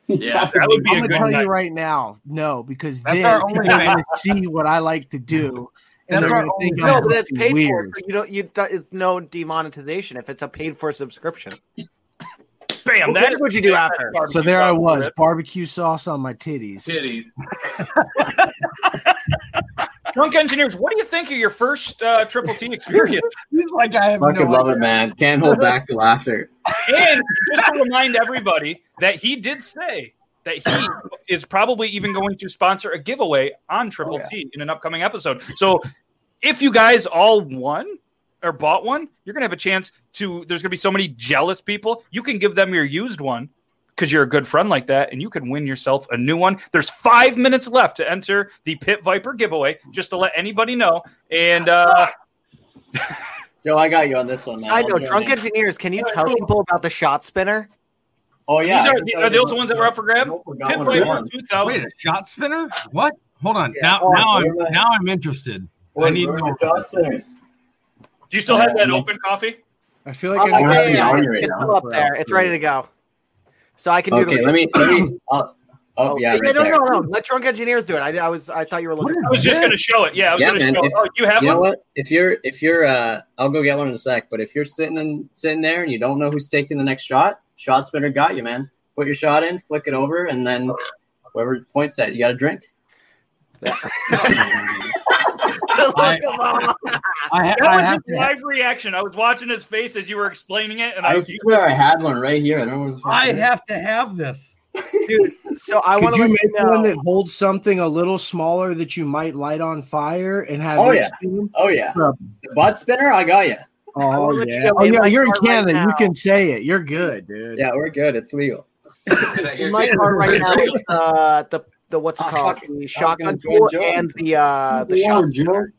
[SPEAKER 6] Yeah.
[SPEAKER 2] That would be
[SPEAKER 5] I'm
[SPEAKER 2] a
[SPEAKER 5] gonna
[SPEAKER 2] good
[SPEAKER 5] tell
[SPEAKER 2] night.
[SPEAKER 5] you right now, no, because
[SPEAKER 1] That's
[SPEAKER 5] then
[SPEAKER 1] our
[SPEAKER 5] people
[SPEAKER 1] only
[SPEAKER 5] are
[SPEAKER 1] way.
[SPEAKER 5] gonna see what I like to do, and
[SPEAKER 1] That's
[SPEAKER 5] they're
[SPEAKER 1] our
[SPEAKER 5] gonna think
[SPEAKER 1] only-
[SPEAKER 5] I'm
[SPEAKER 4] No, but that's
[SPEAKER 5] fucking
[SPEAKER 4] paid
[SPEAKER 5] weird.
[SPEAKER 4] for. So you don't. You do- it's no demonetization if it's a paid for subscription.
[SPEAKER 2] Bam!
[SPEAKER 4] Well,
[SPEAKER 2] That
[SPEAKER 4] that's
[SPEAKER 2] is
[SPEAKER 4] what you do after.
[SPEAKER 5] So there I was, barbecue sauce on my titties.
[SPEAKER 6] Titties.
[SPEAKER 2] Drunk engineers, what do you think of your first uh, triple T experience?
[SPEAKER 1] He's like I have
[SPEAKER 7] Fucking
[SPEAKER 1] no
[SPEAKER 7] love
[SPEAKER 1] idea.
[SPEAKER 7] it, man. Can't hold back the laughter.
[SPEAKER 2] and just to remind everybody that he did say that he is probably even going to sponsor a giveaway on
[SPEAKER 7] Oh,
[SPEAKER 2] triple T in an upcoming episode. So if you guys all won or bought one, you're gonna have a chance to. There's gonna be so many jealous people. You can give them your used one. Because you're a good friend like that, and you can win yourself a new one. There's five minutes left to enter the Pit Viper giveaway, just to let anybody know. And uh,
[SPEAKER 7] Joe, I got you on this one, man.
[SPEAKER 4] I know.
[SPEAKER 7] I'll join
[SPEAKER 4] Drunk
[SPEAKER 7] you.
[SPEAKER 4] engineers, can you tell people about the shot spinner?
[SPEAKER 7] Oh yeah.
[SPEAKER 2] These are- are those the ones that were up for grabs?
[SPEAKER 7] Nope, we got
[SPEAKER 2] Pit
[SPEAKER 7] one we
[SPEAKER 2] Viper
[SPEAKER 7] won.
[SPEAKER 2] 2000.
[SPEAKER 1] Wait, a shot spinner? What? Hold on.
[SPEAKER 4] Yeah.
[SPEAKER 1] Now,
[SPEAKER 7] Oh,
[SPEAKER 1] now I'm
[SPEAKER 7] where am I?
[SPEAKER 1] now I'm interested. I
[SPEAKER 7] Boys,
[SPEAKER 1] need
[SPEAKER 7] we're
[SPEAKER 1] more.
[SPEAKER 7] the Josh sinners.
[SPEAKER 2] Do you still have that
[SPEAKER 7] Yeah.
[SPEAKER 2] open coffee?
[SPEAKER 5] I feel like
[SPEAKER 7] Oh,
[SPEAKER 5] I
[SPEAKER 7] yeah,
[SPEAKER 5] need
[SPEAKER 7] yeah, yeah.
[SPEAKER 4] It's still up there. It's ready to go. So I can do
[SPEAKER 7] Okay,
[SPEAKER 4] the.
[SPEAKER 7] let me. Let me oh, oh, yeah, right
[SPEAKER 4] no,
[SPEAKER 7] there.
[SPEAKER 4] no, no, Let drunk engineers do it. I, I was. I thought you were looking.
[SPEAKER 2] I was just going to show it. Yeah, I was
[SPEAKER 7] Yeah,
[SPEAKER 2] going to
[SPEAKER 7] man,
[SPEAKER 2] show it.
[SPEAKER 7] if-
[SPEAKER 2] Oh, you have
[SPEAKER 7] You know
[SPEAKER 2] one?
[SPEAKER 7] what? If you're if you're uh I'll go get one in a sec, but if you're sitting and sitting there and you don't know who's taking the next shot, shot spinner got you, man. Put your shot in, flick it over, and then Whoever points at it, you got a drink.
[SPEAKER 2] I,
[SPEAKER 7] I
[SPEAKER 2] that
[SPEAKER 7] ha- I
[SPEAKER 2] was
[SPEAKER 7] have
[SPEAKER 2] his
[SPEAKER 7] to-
[SPEAKER 2] live reaction. I was watching his face as you were explaining it, and I,
[SPEAKER 7] I swear I had one right here. I don't know what it's
[SPEAKER 10] I have to have this.
[SPEAKER 4] So I
[SPEAKER 5] Could
[SPEAKER 4] want to
[SPEAKER 5] you
[SPEAKER 4] let
[SPEAKER 5] make
[SPEAKER 4] you know.
[SPEAKER 5] one that holds something a little smaller that you might light on fire and have?
[SPEAKER 7] Oh,
[SPEAKER 5] it
[SPEAKER 7] yeah.
[SPEAKER 5] spin?
[SPEAKER 7] Oh yeah,
[SPEAKER 5] Bro,
[SPEAKER 7] the butt spinner. I got you.
[SPEAKER 5] Oh
[SPEAKER 4] let you
[SPEAKER 5] yeah.
[SPEAKER 4] know
[SPEAKER 5] Oh
[SPEAKER 4] in
[SPEAKER 5] yeah.
[SPEAKER 4] my
[SPEAKER 5] You're in
[SPEAKER 4] car right
[SPEAKER 5] Canada. you
[SPEAKER 4] now.
[SPEAKER 5] can say it. You're good, dude.
[SPEAKER 7] Yeah, we're good. It's legal.
[SPEAKER 4] in my car right now is uh, the the what's it called the shotgun tool and the uh, the shotgun.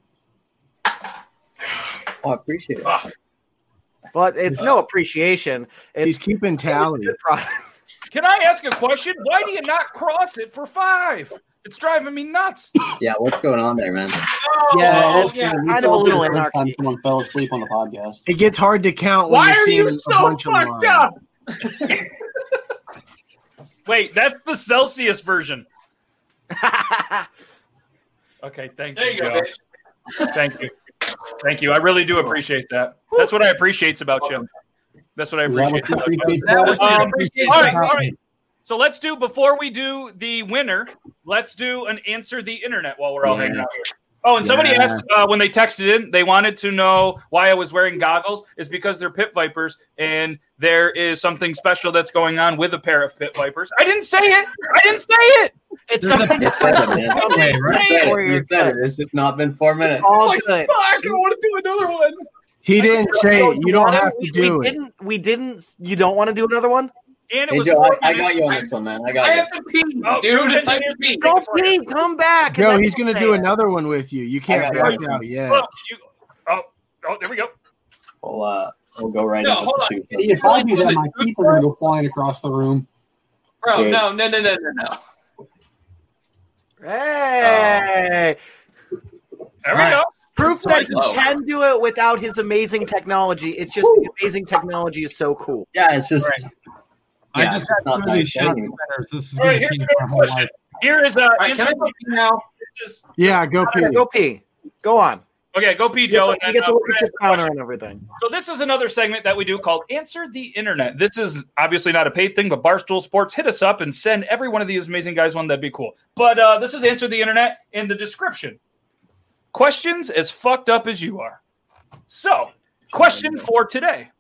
[SPEAKER 7] Oh, I appreciate it.
[SPEAKER 4] But it's no appreciation.
[SPEAKER 5] He's
[SPEAKER 4] It's
[SPEAKER 5] keeping tally.
[SPEAKER 4] good product.
[SPEAKER 2] can I ask a question? Why do you not cross it for five? It's driving me nuts.
[SPEAKER 7] Yeah, what's going on there, man?
[SPEAKER 4] Yeah,
[SPEAKER 2] Oh, yeah.
[SPEAKER 4] it's kind of a little anarchy.
[SPEAKER 10] Someone fell asleep on the podcast.
[SPEAKER 5] It gets hard to count when
[SPEAKER 2] Why
[SPEAKER 5] you're
[SPEAKER 2] are
[SPEAKER 5] seeing
[SPEAKER 2] you
[SPEAKER 5] a
[SPEAKER 2] so
[SPEAKER 5] bunch of
[SPEAKER 2] fucked
[SPEAKER 5] lines.
[SPEAKER 2] up? Wait, that's the Celsius version. Okay, thank
[SPEAKER 3] There
[SPEAKER 2] you.
[SPEAKER 3] you go,
[SPEAKER 2] Joe.
[SPEAKER 3] bitch.
[SPEAKER 2] Thank you. Thank you. I really do appreciate that. That's what I appreciate about you. That's what I
[SPEAKER 10] Is that
[SPEAKER 2] appreciate.
[SPEAKER 10] what you
[SPEAKER 2] About you.
[SPEAKER 10] appreciate?
[SPEAKER 1] That was
[SPEAKER 2] Um,
[SPEAKER 1] appreciation.
[SPEAKER 2] all right, all right. So let's do before we do the winner. Let's do an answer the internet while we're all hanging out here. Oh, and somebody
[SPEAKER 5] Yeah.
[SPEAKER 2] asked uh, when they texted in, they wanted to know why I was wearing goggles. Is because they're pit vipers, and there is something special that's going on with a pair of pit vipers. I didn't say it. I didn't say it.
[SPEAKER 4] It's
[SPEAKER 1] There's a-
[SPEAKER 4] something
[SPEAKER 7] You said it, man.
[SPEAKER 1] That way,
[SPEAKER 7] You
[SPEAKER 1] right?
[SPEAKER 7] said it. You said it. It's just not been four minutes.
[SPEAKER 4] all
[SPEAKER 3] Like,
[SPEAKER 4] good.
[SPEAKER 3] fuck, I don't want to do another one.
[SPEAKER 5] He didn't say it. You don't have
[SPEAKER 4] We-
[SPEAKER 5] to do
[SPEAKER 4] we
[SPEAKER 5] it.
[SPEAKER 4] Didn't, we didn't. You don't want to do another one?
[SPEAKER 2] And it
[SPEAKER 7] Hey
[SPEAKER 2] was.
[SPEAKER 7] Joe,
[SPEAKER 2] four
[SPEAKER 7] I, I
[SPEAKER 2] minutes.
[SPEAKER 7] got you on this one, man. I
[SPEAKER 3] I
[SPEAKER 7] got you.
[SPEAKER 3] have to pee, dude.
[SPEAKER 2] Oh,
[SPEAKER 3] I have to pee.
[SPEAKER 2] Go
[SPEAKER 4] Don't pee. Come back. and
[SPEAKER 5] Yo,
[SPEAKER 4] then
[SPEAKER 5] he's
[SPEAKER 4] we'll
[SPEAKER 5] gonna
[SPEAKER 4] say
[SPEAKER 5] do
[SPEAKER 4] it.
[SPEAKER 5] another one with you. You can't
[SPEAKER 7] got
[SPEAKER 5] back
[SPEAKER 7] yours.
[SPEAKER 5] out. Yeah.
[SPEAKER 2] Oh, shoot. oh, oh, there we go.
[SPEAKER 7] We'll uh, we'll go right
[SPEAKER 3] No,
[SPEAKER 7] up.
[SPEAKER 3] hold
[SPEAKER 7] with
[SPEAKER 3] on.
[SPEAKER 7] the two.
[SPEAKER 10] See, if I do that, my teeth are gonna go flying across the room.
[SPEAKER 3] Bro,
[SPEAKER 7] Dude.
[SPEAKER 3] no, no, no, no, no, no.
[SPEAKER 4] Hey,
[SPEAKER 2] There we go.
[SPEAKER 4] proof
[SPEAKER 3] Sorry,
[SPEAKER 4] that he
[SPEAKER 3] low.
[SPEAKER 4] can do it without his amazing technology. It's just the amazing technology is so cool.
[SPEAKER 7] Yeah, it's just
[SPEAKER 1] I
[SPEAKER 7] Yeah,
[SPEAKER 1] just
[SPEAKER 7] it's
[SPEAKER 1] had
[SPEAKER 7] not
[SPEAKER 1] two of these
[SPEAKER 7] that
[SPEAKER 1] shot
[SPEAKER 7] exciting.
[SPEAKER 1] centers. This is
[SPEAKER 2] All
[SPEAKER 1] going
[SPEAKER 2] right,
[SPEAKER 1] to
[SPEAKER 2] here's
[SPEAKER 1] change
[SPEAKER 2] another
[SPEAKER 1] my whole
[SPEAKER 2] question.
[SPEAKER 1] life.
[SPEAKER 2] Here is uh,
[SPEAKER 3] All right, can I
[SPEAKER 2] answer-
[SPEAKER 3] pee now?
[SPEAKER 2] just-
[SPEAKER 5] Yeah. Go pee.
[SPEAKER 4] Go pee. Go on.
[SPEAKER 2] Okay, go pee,
[SPEAKER 4] You get
[SPEAKER 2] Joe.
[SPEAKER 4] to-
[SPEAKER 2] and
[SPEAKER 4] you
[SPEAKER 2] then,
[SPEAKER 4] get to
[SPEAKER 2] uh,
[SPEAKER 4] look
[SPEAKER 2] we're gonna
[SPEAKER 4] at your
[SPEAKER 2] ask
[SPEAKER 4] counter
[SPEAKER 2] questions.
[SPEAKER 4] and everything.
[SPEAKER 2] So this is another segment that we do called Answer the Internet. This is obviously not a paid thing, but Barstool Sports hit us up and send every one of these amazing guys one. That'd be cool. But uh, this is Answer the Internet in the description. Questions as fucked up as you are. So, question for today.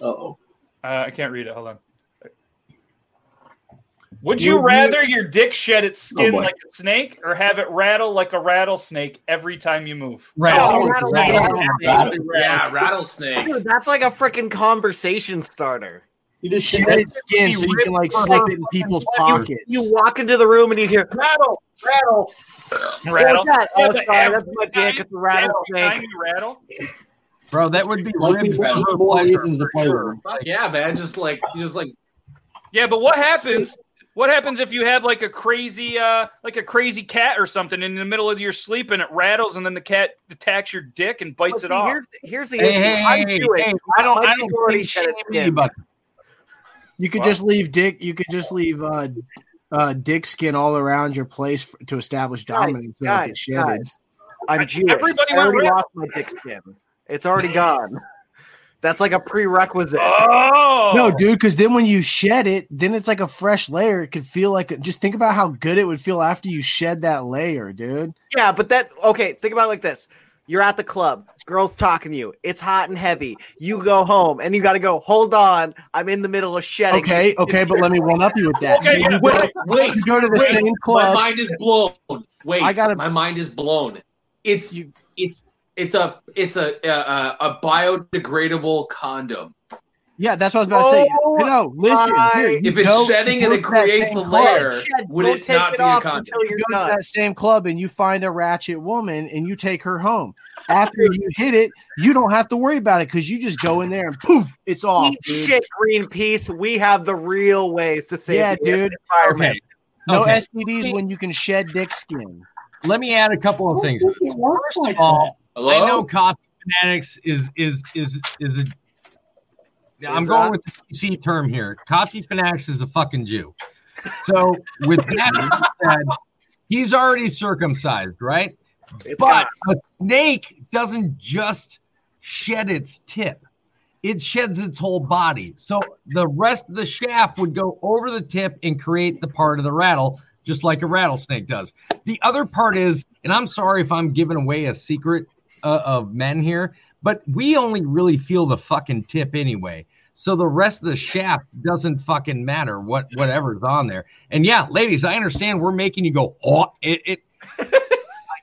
[SPEAKER 7] oh,
[SPEAKER 2] Uh, I can't read it. Hold on. Would you rather your dick shed its skin
[SPEAKER 7] Oh, boy.
[SPEAKER 2] like a snake or have it rattle like a rattlesnake every time you move?
[SPEAKER 1] Right.
[SPEAKER 4] Oh,
[SPEAKER 10] rattlesnake.
[SPEAKER 4] rattlesnake.
[SPEAKER 3] Yeah, rattlesnake.
[SPEAKER 4] Dude, that's like a freaking conversation starter.
[SPEAKER 10] You just
[SPEAKER 5] Shed
[SPEAKER 10] shit.
[SPEAKER 5] its skin so you can like slip it in people's pockets.
[SPEAKER 4] You walk into the room and you hear rattle, rattle,
[SPEAKER 2] Rattle.
[SPEAKER 4] That?
[SPEAKER 2] Yeah, but
[SPEAKER 4] Oh, sorry, that's
[SPEAKER 2] every
[SPEAKER 4] my dick.
[SPEAKER 2] time-
[SPEAKER 4] It's a
[SPEAKER 2] every time
[SPEAKER 4] rattlesnake.
[SPEAKER 2] you rattle.
[SPEAKER 1] Bro, that would be
[SPEAKER 10] Like
[SPEAKER 1] rib
[SPEAKER 10] people have
[SPEAKER 1] for
[SPEAKER 10] more
[SPEAKER 1] pleasure,
[SPEAKER 10] reasons to
[SPEAKER 1] for
[SPEAKER 10] play with
[SPEAKER 1] sure.
[SPEAKER 10] them.
[SPEAKER 3] Fuck yeah, man. Just like, just like,
[SPEAKER 2] Yeah, but what happens? What happens if you have like a crazy, uh, like a crazy cat or something in the middle of your sleep and it rattles and then the cat attacks your dick and bites
[SPEAKER 5] Oh,
[SPEAKER 2] it
[SPEAKER 4] But see,
[SPEAKER 2] off?
[SPEAKER 4] here's, here's the
[SPEAKER 1] Hey,
[SPEAKER 4] issue.
[SPEAKER 1] hey,
[SPEAKER 4] I'm
[SPEAKER 1] hey,
[SPEAKER 4] doing.
[SPEAKER 1] hey, I don't,
[SPEAKER 4] My
[SPEAKER 1] I
[SPEAKER 4] dick
[SPEAKER 1] don't
[SPEAKER 4] already
[SPEAKER 1] think
[SPEAKER 4] shed
[SPEAKER 1] shame
[SPEAKER 4] its skin.
[SPEAKER 1] anybody.
[SPEAKER 5] You could just leave dick. You could just leave uh, uh, dick skin all around your place for, to establish
[SPEAKER 4] Guys,
[SPEAKER 5] dominance. though, if
[SPEAKER 4] guys,
[SPEAKER 5] it's shedded.
[SPEAKER 4] I'm Jewish.
[SPEAKER 2] Everybody
[SPEAKER 4] I
[SPEAKER 2] went
[SPEAKER 4] already
[SPEAKER 2] rattle.
[SPEAKER 4] lost my dick skin. It's already gone. That's like a prerequisite.
[SPEAKER 2] Oh
[SPEAKER 5] No, dude, because then when you shed it, then it's like a fresh layer. It could feel like just think about how good it would feel after you shed that layer, dude.
[SPEAKER 4] Yeah, but that okay, think about it like this. You're at the club, girls talking to you. It's hot and heavy. You go home and you got to go, "Hold on, I'm in the middle of shedding."
[SPEAKER 5] Okay, okay, but let me one up you with that.
[SPEAKER 2] Okay,
[SPEAKER 5] So you
[SPEAKER 2] yeah.
[SPEAKER 5] go-
[SPEAKER 3] wait, wait.
[SPEAKER 5] you go to the
[SPEAKER 3] wait,
[SPEAKER 5] same
[SPEAKER 3] My
[SPEAKER 5] club.
[SPEAKER 3] mind is blown. Wait,
[SPEAKER 5] I gotta-
[SPEAKER 3] my mind is blown. It's it's it's a it's a a, a biodegradable condom.
[SPEAKER 5] Yeah, that's what I was about to say.
[SPEAKER 4] Oh,
[SPEAKER 5] No, listen. here,
[SPEAKER 4] I-
[SPEAKER 5] you
[SPEAKER 3] If it's
[SPEAKER 5] go-
[SPEAKER 3] shedding
[SPEAKER 5] you
[SPEAKER 3] and
[SPEAKER 5] go
[SPEAKER 3] it
[SPEAKER 5] to that
[SPEAKER 3] creates a
[SPEAKER 5] same
[SPEAKER 3] layer,
[SPEAKER 5] club.
[SPEAKER 4] Shed,
[SPEAKER 3] would
[SPEAKER 4] don't
[SPEAKER 3] it
[SPEAKER 4] take
[SPEAKER 3] not
[SPEAKER 4] it
[SPEAKER 3] be a
[SPEAKER 4] off
[SPEAKER 3] condom?
[SPEAKER 4] until
[SPEAKER 5] You
[SPEAKER 4] you're
[SPEAKER 5] go to
[SPEAKER 4] done.
[SPEAKER 5] that same club and you find a ratchet woman and you take her home. After you hit it, you don't have to worry about it because you just go in there and poof, it's off.
[SPEAKER 4] Eat
[SPEAKER 5] dude.
[SPEAKER 4] shit, Greenpeace. We have the real ways to save
[SPEAKER 5] Yeah,
[SPEAKER 4] the
[SPEAKER 5] dude.
[SPEAKER 4] environment.
[SPEAKER 1] Okay.
[SPEAKER 5] No
[SPEAKER 1] Okay.
[SPEAKER 5] STDs when you can shed dick skin.
[SPEAKER 1] Let me add a couple of things.
[SPEAKER 10] It works like
[SPEAKER 1] all,
[SPEAKER 10] that.
[SPEAKER 3] Hello?
[SPEAKER 1] I know coffee fanatics is is is is a. I'm
[SPEAKER 4] Is
[SPEAKER 1] going
[SPEAKER 4] that-
[SPEAKER 1] with the PC term here. Coffee fanatics is a fucking Jew. So with that being said, he's already circumcised, right?
[SPEAKER 4] It's
[SPEAKER 1] But
[SPEAKER 4] gone.
[SPEAKER 1] a snake doesn't just shed its tip; it sheds its whole body. So the rest of the shaft would go over the tip and create the part of the rattle, just like a rattlesnake does. The other part is, and I'm sorry if I'm giving away a secret uh, of men here, but we only really feel the fucking tip anyway. So the rest of the shaft doesn't fucking matter what whatever's on there. And yeah, ladies, I understand we're making you go, oh, it, it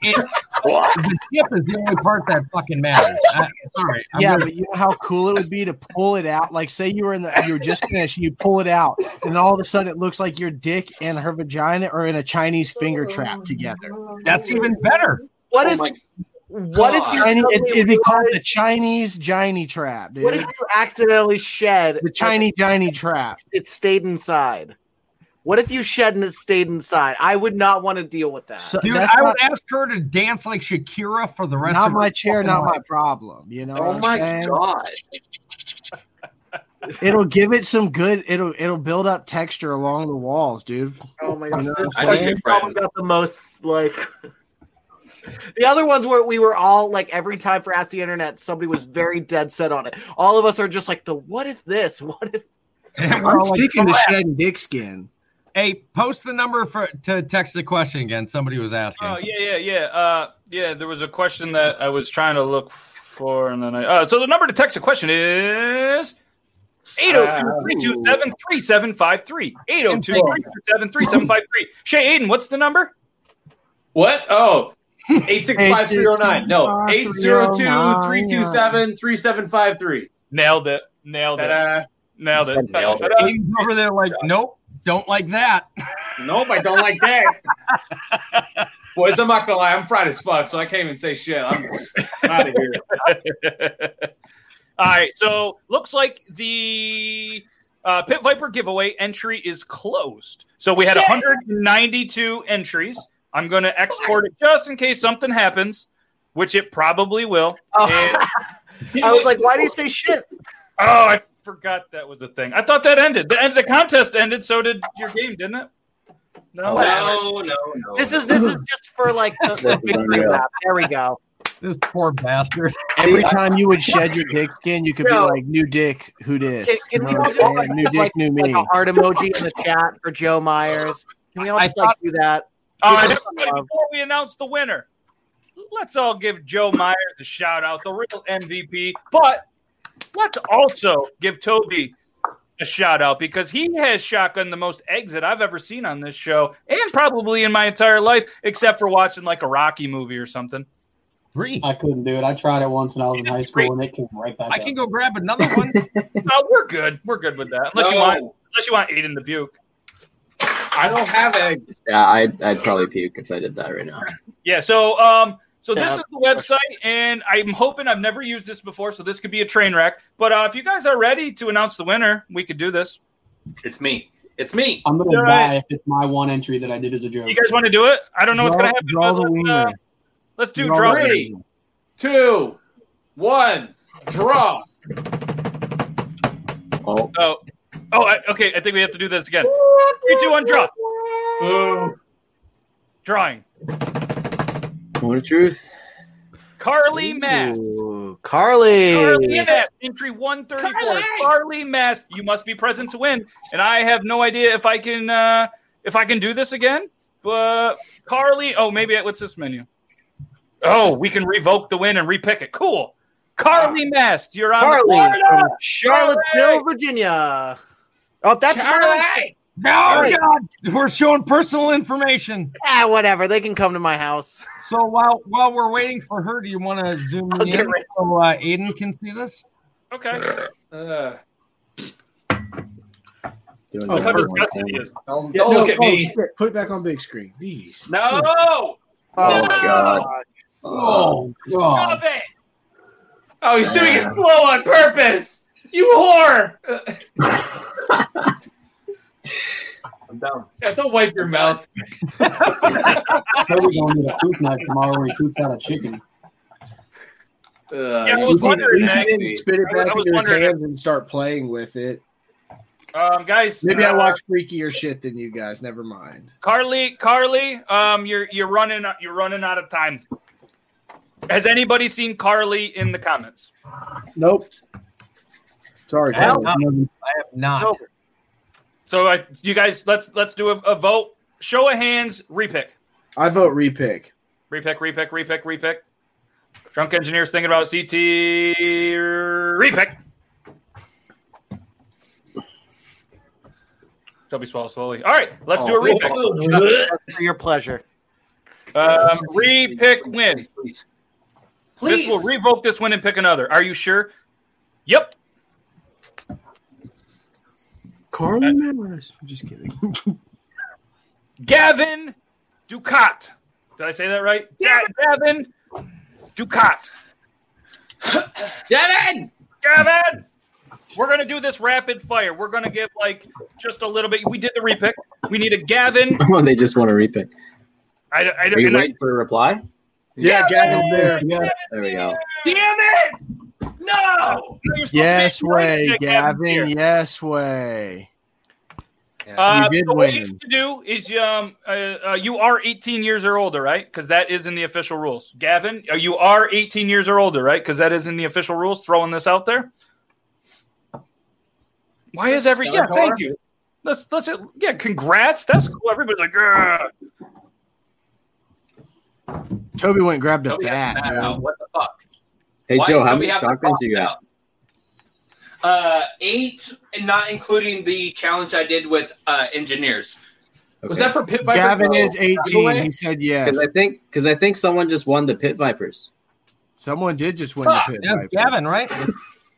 [SPEAKER 1] it,
[SPEAKER 3] Oh
[SPEAKER 1] the tip is the only part that fucking matters. I, sorry. I'm
[SPEAKER 5] yeah,
[SPEAKER 1] gonna-
[SPEAKER 5] but you know how cool it would be to pull it out. Like, say you were in the, you were just finished, you pull it out, and all of a sudden it looks like your dick and her vagina are in a Chinese finger trap together.
[SPEAKER 1] That's even better.
[SPEAKER 2] Oh
[SPEAKER 4] What
[SPEAKER 5] if? What
[SPEAKER 4] if you
[SPEAKER 5] Chinese, it,
[SPEAKER 4] suddenly
[SPEAKER 5] it'd be called the Chinese Johnny trap, dude?
[SPEAKER 4] What if you accidentally shed
[SPEAKER 5] the Chinese Johnny trap?
[SPEAKER 4] It stayed inside. What if you shed and it stayed inside? I would not want to deal with that.
[SPEAKER 1] Dude, I would ask her to dance like Shakira for the rest
[SPEAKER 5] Not
[SPEAKER 1] of her
[SPEAKER 5] my chair,
[SPEAKER 1] fucking
[SPEAKER 5] not my
[SPEAKER 1] life.
[SPEAKER 5] problem. You know.
[SPEAKER 1] Oh
[SPEAKER 5] what I'm
[SPEAKER 1] my
[SPEAKER 5] saying?
[SPEAKER 1] God.
[SPEAKER 5] It'll give it some good. It'll it'll build up texture along the walls, dude.
[SPEAKER 4] Oh my
[SPEAKER 5] You
[SPEAKER 4] gosh,
[SPEAKER 5] know
[SPEAKER 4] this
[SPEAKER 5] what I'm saying?
[SPEAKER 4] question probably got the most like. The other ones where we were all like every time for Ask the Internet, somebody was very dead set on it. All of us are just like the what if this? What if
[SPEAKER 1] We're
[SPEAKER 5] I'm
[SPEAKER 1] all like,
[SPEAKER 5] sticking to
[SPEAKER 1] "Crap."
[SPEAKER 5] shed and dick skin.
[SPEAKER 1] Hey, post the number for to text the question again. Somebody was asking.
[SPEAKER 2] Oh yeah, yeah, yeah. Uh, yeah, there was a question that I was trying to look for, and then I. Uh, so the number to text a question is
[SPEAKER 5] Ah,
[SPEAKER 2] 802-327-3753. 802-327-3753. Shay Aiden, what's the number?
[SPEAKER 3] What? Oh, 865-309. No, 802-327-3753.
[SPEAKER 2] Nailed it. Nailed it. Nailed it.
[SPEAKER 3] Nailed
[SPEAKER 2] uh,
[SPEAKER 3] it.
[SPEAKER 1] Aiden's over there like, nope, don't like that.
[SPEAKER 3] Nope, I don't like that. Boys, I'm not gonna lie, I'm fried as fuck, so I can't even say shit. I'm just out of here.
[SPEAKER 2] All right, so looks like the uh, Pit Viper giveaway entry is closed. So we had
[SPEAKER 3] Shit.
[SPEAKER 2] 192 entries. I'm going to export it just in case something happens, which it probably will. And-
[SPEAKER 4] I was like, why do you say shit?
[SPEAKER 2] Oh, I forgot that was a thing. I thought that ended. The end the contest ended. So did your game, didn't it? No,
[SPEAKER 4] No,
[SPEAKER 2] Oh, no,
[SPEAKER 4] This is this is just for like the, the victory lap. There we go.
[SPEAKER 1] This poor bastard.
[SPEAKER 5] Every time you would shed your dick skin, you could
[SPEAKER 4] No.
[SPEAKER 5] be like, "New dick, who dis?"
[SPEAKER 4] Can, can
[SPEAKER 5] You
[SPEAKER 4] we
[SPEAKER 5] know
[SPEAKER 4] all
[SPEAKER 5] what
[SPEAKER 4] just
[SPEAKER 5] I'm
[SPEAKER 4] like,
[SPEAKER 5] saying? new
[SPEAKER 4] put,
[SPEAKER 5] dick,
[SPEAKER 4] like,
[SPEAKER 5] new
[SPEAKER 4] like
[SPEAKER 5] me.
[SPEAKER 4] a heart emoji in the chat for Joe Myers? Can we all just like do that?
[SPEAKER 2] All right,
[SPEAKER 4] Give us
[SPEAKER 2] everybody,
[SPEAKER 4] some um, love.
[SPEAKER 2] before we announce the winner, let's all give Joe Myers a shout out, the real MVP. But let's also give Toby a shout out because he has shotgun the most eggs that I've ever seen on this show and probably in my entire life, except for watching like a Rocky movie or something. Oh,
[SPEAKER 1] Three.
[SPEAKER 10] I couldn't do it. I tried it once when I was in high school, and it came right back.
[SPEAKER 1] I
[SPEAKER 10] up.
[SPEAKER 1] can go grab another one.
[SPEAKER 2] No, Uh, we're good. We're good with that. Unless you
[SPEAKER 3] No.
[SPEAKER 2] want, unless you want Aiden the Buke.
[SPEAKER 3] I don't have eggs.
[SPEAKER 7] Yeah, I'd, I'd probably puke if I did that right now.
[SPEAKER 2] Yeah. So, um, so this
[SPEAKER 7] Yeah.
[SPEAKER 2] is the website, and I'm hoping I've never used this before, so this could be a train wreck. But uh, if you guys are ready to announce the winner, we could do this.
[SPEAKER 3] It's me. It's me.
[SPEAKER 10] I'm gonna
[SPEAKER 2] All right.
[SPEAKER 10] die if it's my one entry that I did as a joke.
[SPEAKER 2] You guys want to do it? I don't know what's
[SPEAKER 10] Draw-
[SPEAKER 2] gonna happen.
[SPEAKER 10] draw
[SPEAKER 2] but
[SPEAKER 10] the
[SPEAKER 2] let's,
[SPEAKER 10] wiener.
[SPEAKER 2] uh, let's do
[SPEAKER 10] Draw
[SPEAKER 2] draw.
[SPEAKER 10] the
[SPEAKER 2] Three,
[SPEAKER 3] Two, one, draw.
[SPEAKER 7] Oh,
[SPEAKER 2] Oh, oh, I, okay. I think we have to do this again. Three, two, one, draw. Drawing.
[SPEAKER 7] what a truth.
[SPEAKER 2] Carly Mass.
[SPEAKER 4] Ooh, Carly.
[SPEAKER 2] Carly Mass, entry 134. Carly Mass, you must be present to win. And I have no idea if I can uh, if I can do this again. But Carly, oh maybe what's this menu? Oh, we can revoke the win and repick it. Cool. Carly Mast, you're on
[SPEAKER 4] Carly
[SPEAKER 2] the
[SPEAKER 4] from
[SPEAKER 2] Florida.
[SPEAKER 4] Charlottesville, Virginia. Oh, that's
[SPEAKER 3] Charlie.
[SPEAKER 1] No,
[SPEAKER 4] Alright.
[SPEAKER 1] God, we're showing personal information.
[SPEAKER 4] Ah, whatever. They can come to my house.
[SPEAKER 1] So while while we're waiting for her, do you want to zoom
[SPEAKER 4] I'll
[SPEAKER 1] me
[SPEAKER 4] get
[SPEAKER 1] in
[SPEAKER 4] ready.
[SPEAKER 1] so uh, Aiden can see this?
[SPEAKER 2] Okay.
[SPEAKER 3] Uh,
[SPEAKER 7] Doing
[SPEAKER 5] Oh,
[SPEAKER 2] Look
[SPEAKER 7] that
[SPEAKER 2] how
[SPEAKER 7] one more
[SPEAKER 2] disgusted he
[SPEAKER 7] time.
[SPEAKER 2] is.
[SPEAKER 3] don't
[SPEAKER 5] Yeah,
[SPEAKER 3] don't
[SPEAKER 5] no,
[SPEAKER 3] look at
[SPEAKER 5] oh,
[SPEAKER 3] me.
[SPEAKER 5] shit, Put it back on big screen. These.
[SPEAKER 3] No.
[SPEAKER 7] Oh, God.
[SPEAKER 10] Oh, God.
[SPEAKER 3] it. Oh, he's doing it slow on purpose. You whore. I'm down. Yeah, don't wipe your mouth.
[SPEAKER 10] Toby's gonna need a poop knife tomorrow when he poops out a chicken.
[SPEAKER 3] Uh,
[SPEAKER 2] Yeah, I was wondering,
[SPEAKER 5] You didn't
[SPEAKER 2] actually.
[SPEAKER 5] spit it
[SPEAKER 2] I was-
[SPEAKER 5] back
[SPEAKER 2] I was
[SPEAKER 5] into his
[SPEAKER 2] wondering.
[SPEAKER 5] hands and start playing with it.
[SPEAKER 2] Um, guys,
[SPEAKER 5] Maybe I
[SPEAKER 2] uh,
[SPEAKER 5] watch freakier shit than you guys. Never mind.
[SPEAKER 2] Carly, Carly, um, you're you're running you're running out of time. Has anybody seen Carly in the comments?
[SPEAKER 5] Nope. Sorry,
[SPEAKER 1] I have
[SPEAKER 5] Tyler.
[SPEAKER 1] not. I have not.
[SPEAKER 2] So I, you guys, let's let's do a, a vote. Show of hands. Repick.
[SPEAKER 5] I vote repick.
[SPEAKER 2] Repick. Repick. Repick. Repick. Drunk engineers thinking about CT. Repick. Toby swallow slowly. All right, let's do a
[SPEAKER 3] Oh.
[SPEAKER 2] repick.
[SPEAKER 4] for your pleasure.
[SPEAKER 2] Um, repick win.
[SPEAKER 3] Please.
[SPEAKER 2] This will revoke this win and pick another. Are you sure? Yep.
[SPEAKER 5] Carly Morris. I'm just kidding.
[SPEAKER 2] Gavin Ducat. Did I say that right? Yeah, Gavin Ducat.
[SPEAKER 3] Devin!
[SPEAKER 2] Gavin, we're gonna do this rapid fire. We're gonna give like just a little bit. We did the repick. We need a Gavin.
[SPEAKER 7] Oh, they just want to repick.
[SPEAKER 2] I, I,
[SPEAKER 7] Are you
[SPEAKER 2] and I-
[SPEAKER 7] waiting for a reply?
[SPEAKER 5] Yeah, Gavin's there.
[SPEAKER 10] Yeah.
[SPEAKER 7] There we go.
[SPEAKER 3] Damn it! No!
[SPEAKER 2] No, you're supposed to make
[SPEAKER 5] Yes
[SPEAKER 2] your own
[SPEAKER 5] way,
[SPEAKER 2] pick,
[SPEAKER 5] Gavin.
[SPEAKER 2] here.
[SPEAKER 5] Yes way.
[SPEAKER 2] Uh,
[SPEAKER 5] You did
[SPEAKER 2] so what
[SPEAKER 5] win.
[SPEAKER 2] you need to do is um, uh, uh, you are 18 years or older, right? Because that is in the official rules. Gavin, uh, you are 18 years or older, right? Because that is in the official rules. Throwing this out there. Why is every yeah?
[SPEAKER 3] Skeletor?
[SPEAKER 2] Thank you. Let's let's yeah. Congrats. That's cool. Everybody's like, "Grr."
[SPEAKER 5] Toby went and grabbed a
[SPEAKER 3] Toby has
[SPEAKER 5] bat.
[SPEAKER 3] the bat
[SPEAKER 5] man.
[SPEAKER 3] out. What the fuck?
[SPEAKER 7] Hey
[SPEAKER 3] Why
[SPEAKER 7] Joe,
[SPEAKER 3] do
[SPEAKER 7] how
[SPEAKER 3] we
[SPEAKER 7] many
[SPEAKER 3] have the
[SPEAKER 7] shotguns you
[SPEAKER 3] box
[SPEAKER 7] got?
[SPEAKER 3] out? Uh, eight, not including the challenge I did with uh, engineers. Was
[SPEAKER 7] Okay.
[SPEAKER 3] that for Pit Viper?
[SPEAKER 5] Gavin
[SPEAKER 3] No.
[SPEAKER 5] is
[SPEAKER 3] Giveaway?
[SPEAKER 5] 18. He said yes.
[SPEAKER 7] Because I think because I think someone just won the Pit Vipers.
[SPEAKER 5] Someone did just win
[SPEAKER 3] Fuck,
[SPEAKER 5] the pit.
[SPEAKER 1] That's
[SPEAKER 5] Viper.
[SPEAKER 1] Gavin, right?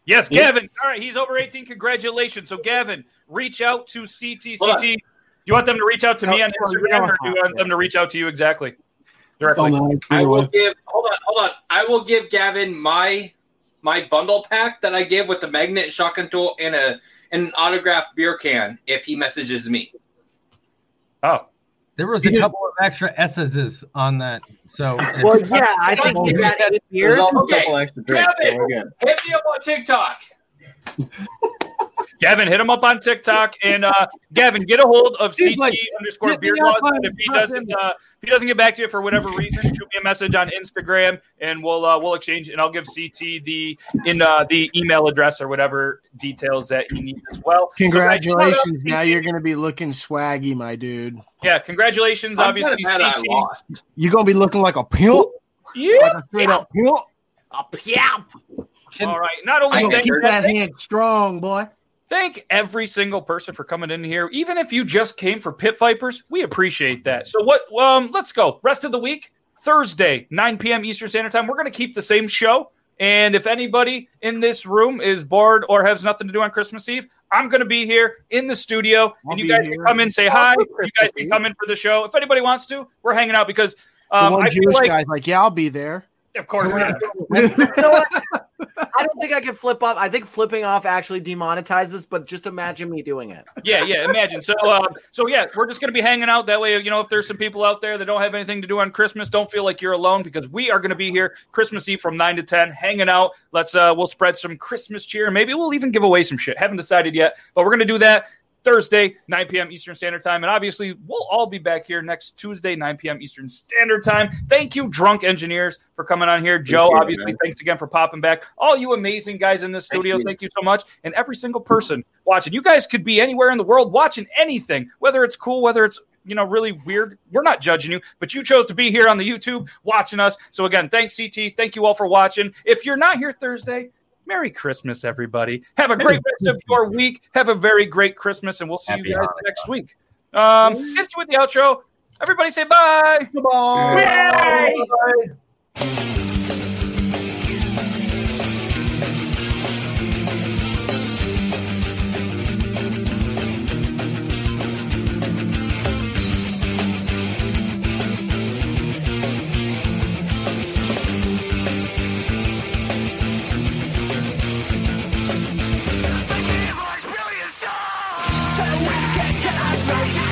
[SPEAKER 2] Yes,
[SPEAKER 7] Yeah.
[SPEAKER 2] Gavin. All right, he's over 18. Congratulations. So, Gavin, reach out to CT.
[SPEAKER 3] Hold on.
[SPEAKER 2] CT, you want them to reach out to
[SPEAKER 4] No,
[SPEAKER 2] me on
[SPEAKER 4] no, you don't
[SPEAKER 2] Instagram, or do you
[SPEAKER 4] have
[SPEAKER 2] want
[SPEAKER 4] to.
[SPEAKER 2] them to reach out to you exactly?
[SPEAKER 10] Don't
[SPEAKER 2] Directly.
[SPEAKER 10] matter.
[SPEAKER 3] I
[SPEAKER 10] Either
[SPEAKER 3] will
[SPEAKER 10] way.
[SPEAKER 3] give. Hold on, hold on. I will give Gavin my my bundle pack that I give with the magnet shotgun tool and a and an autographed beer can if he messages me.
[SPEAKER 2] Oh,
[SPEAKER 1] There was a couple of extra S's on that. So
[SPEAKER 4] Well, yeah, I think you got eight
[SPEAKER 7] There's
[SPEAKER 4] years.
[SPEAKER 7] also
[SPEAKER 3] Okay.
[SPEAKER 7] a couple extra drinks, so we're good.
[SPEAKER 3] Hit me up on TikTok.
[SPEAKER 2] Gavin, hit him up on TikTok. And, uh, Gavin, get a hold of
[SPEAKER 1] He's
[SPEAKER 2] CT
[SPEAKER 1] like,
[SPEAKER 2] underscore
[SPEAKER 1] "Hit me
[SPEAKER 2] beard
[SPEAKER 1] up
[SPEAKER 2] laws.
[SPEAKER 1] on
[SPEAKER 2] And if he
[SPEAKER 1] fucking-
[SPEAKER 2] doesn't, uh, if he doesn't get back to you for whatever reason, shoot me a message on Instagram, and we'll uh, we'll exchange. And I'll give CT the in uh, the email address or whatever details that he needs as well. So, guys, shout out
[SPEAKER 5] Congratulations.
[SPEAKER 2] CT.
[SPEAKER 5] Now you're going to be looking swaggy, my dude.
[SPEAKER 2] yeah, congratulations.
[SPEAKER 3] I'm kinda
[SPEAKER 2] obviously,
[SPEAKER 3] mad I
[SPEAKER 2] CT.
[SPEAKER 3] lost.
[SPEAKER 5] You're going to be looking like a pimp.
[SPEAKER 2] Yeah.
[SPEAKER 5] Like a straight up pimp.
[SPEAKER 4] A piam.
[SPEAKER 2] All right. Not only
[SPEAKER 5] You're going
[SPEAKER 2] thank,
[SPEAKER 5] to keep that hand strong, boy.
[SPEAKER 2] thank every single person for coming in here, even if you just came for Pit Vipers, we appreciate that. So what? Um, let's go. Rest of the week, Thursday, 9 p.m. Eastern Standard Time. We're going to keep the same show. And if anybody in this room is bored or has nothing to do on Christmas Eve, I'm going to be here in the studio,
[SPEAKER 5] I'll
[SPEAKER 2] and you
[SPEAKER 5] be
[SPEAKER 2] guys
[SPEAKER 5] here.
[SPEAKER 2] can come in, say
[SPEAKER 4] Oh,
[SPEAKER 2] hi.
[SPEAKER 4] for
[SPEAKER 2] You guys
[SPEAKER 4] Christmas
[SPEAKER 2] can
[SPEAKER 4] Eve.
[SPEAKER 2] come in for the show if anybody wants to. We're hanging out because
[SPEAKER 5] The
[SPEAKER 2] um,
[SPEAKER 5] one
[SPEAKER 2] I feel
[SPEAKER 5] Jewish
[SPEAKER 2] like,
[SPEAKER 5] guy's like, yeah, I'll be there.
[SPEAKER 2] of course, yeah.
[SPEAKER 4] I don't think I can flip off. I think flipping off actually demonetizes, but just imagine me doing it.
[SPEAKER 2] yeah, yeah. Imagine. So, uh, so yeah, we're just gonna be hanging out. That way, you know, if there's some people out there that don't have anything to do on Christmas, don't feel like you're alone because we are gonna be here Christmas Eve from nine to ten, hanging out. Let's uh, we'll spread some Christmas cheer. Maybe we'll even give away some shit. Haven't decided yet, but we're gonna do that. Thursday, 9 p.m. Eastern Standard Time. And obviously, we'll all be back here next Tuesday, 9 p.m. Eastern Standard Time. Thank you, Drunk Engineers, for coming on here. Joe,
[SPEAKER 7] Appreciate it,
[SPEAKER 2] obviously,
[SPEAKER 7] man.
[SPEAKER 2] thanks again for popping back. All you amazing guys in this
[SPEAKER 7] Thank
[SPEAKER 2] studio,
[SPEAKER 7] you.
[SPEAKER 2] thank you so much. And every single person watching. You guys could be anywhere in the world watching anything, whether it's cool, whether it's you know, really weird. We're not judging you, but you chose to be here on the YouTube watching us. So again, thanks, CT. Thank you all for watching. If you're not here Thursday, Merry Christmas, everybody. Have a great rest of your week. Have a very great Christmas, and we'll see
[SPEAKER 1] Happy
[SPEAKER 2] you guys next week. Um, hit you with the outro. Everybody say bye.
[SPEAKER 5] Goodbye.
[SPEAKER 11] Really a song. So we can get out of here.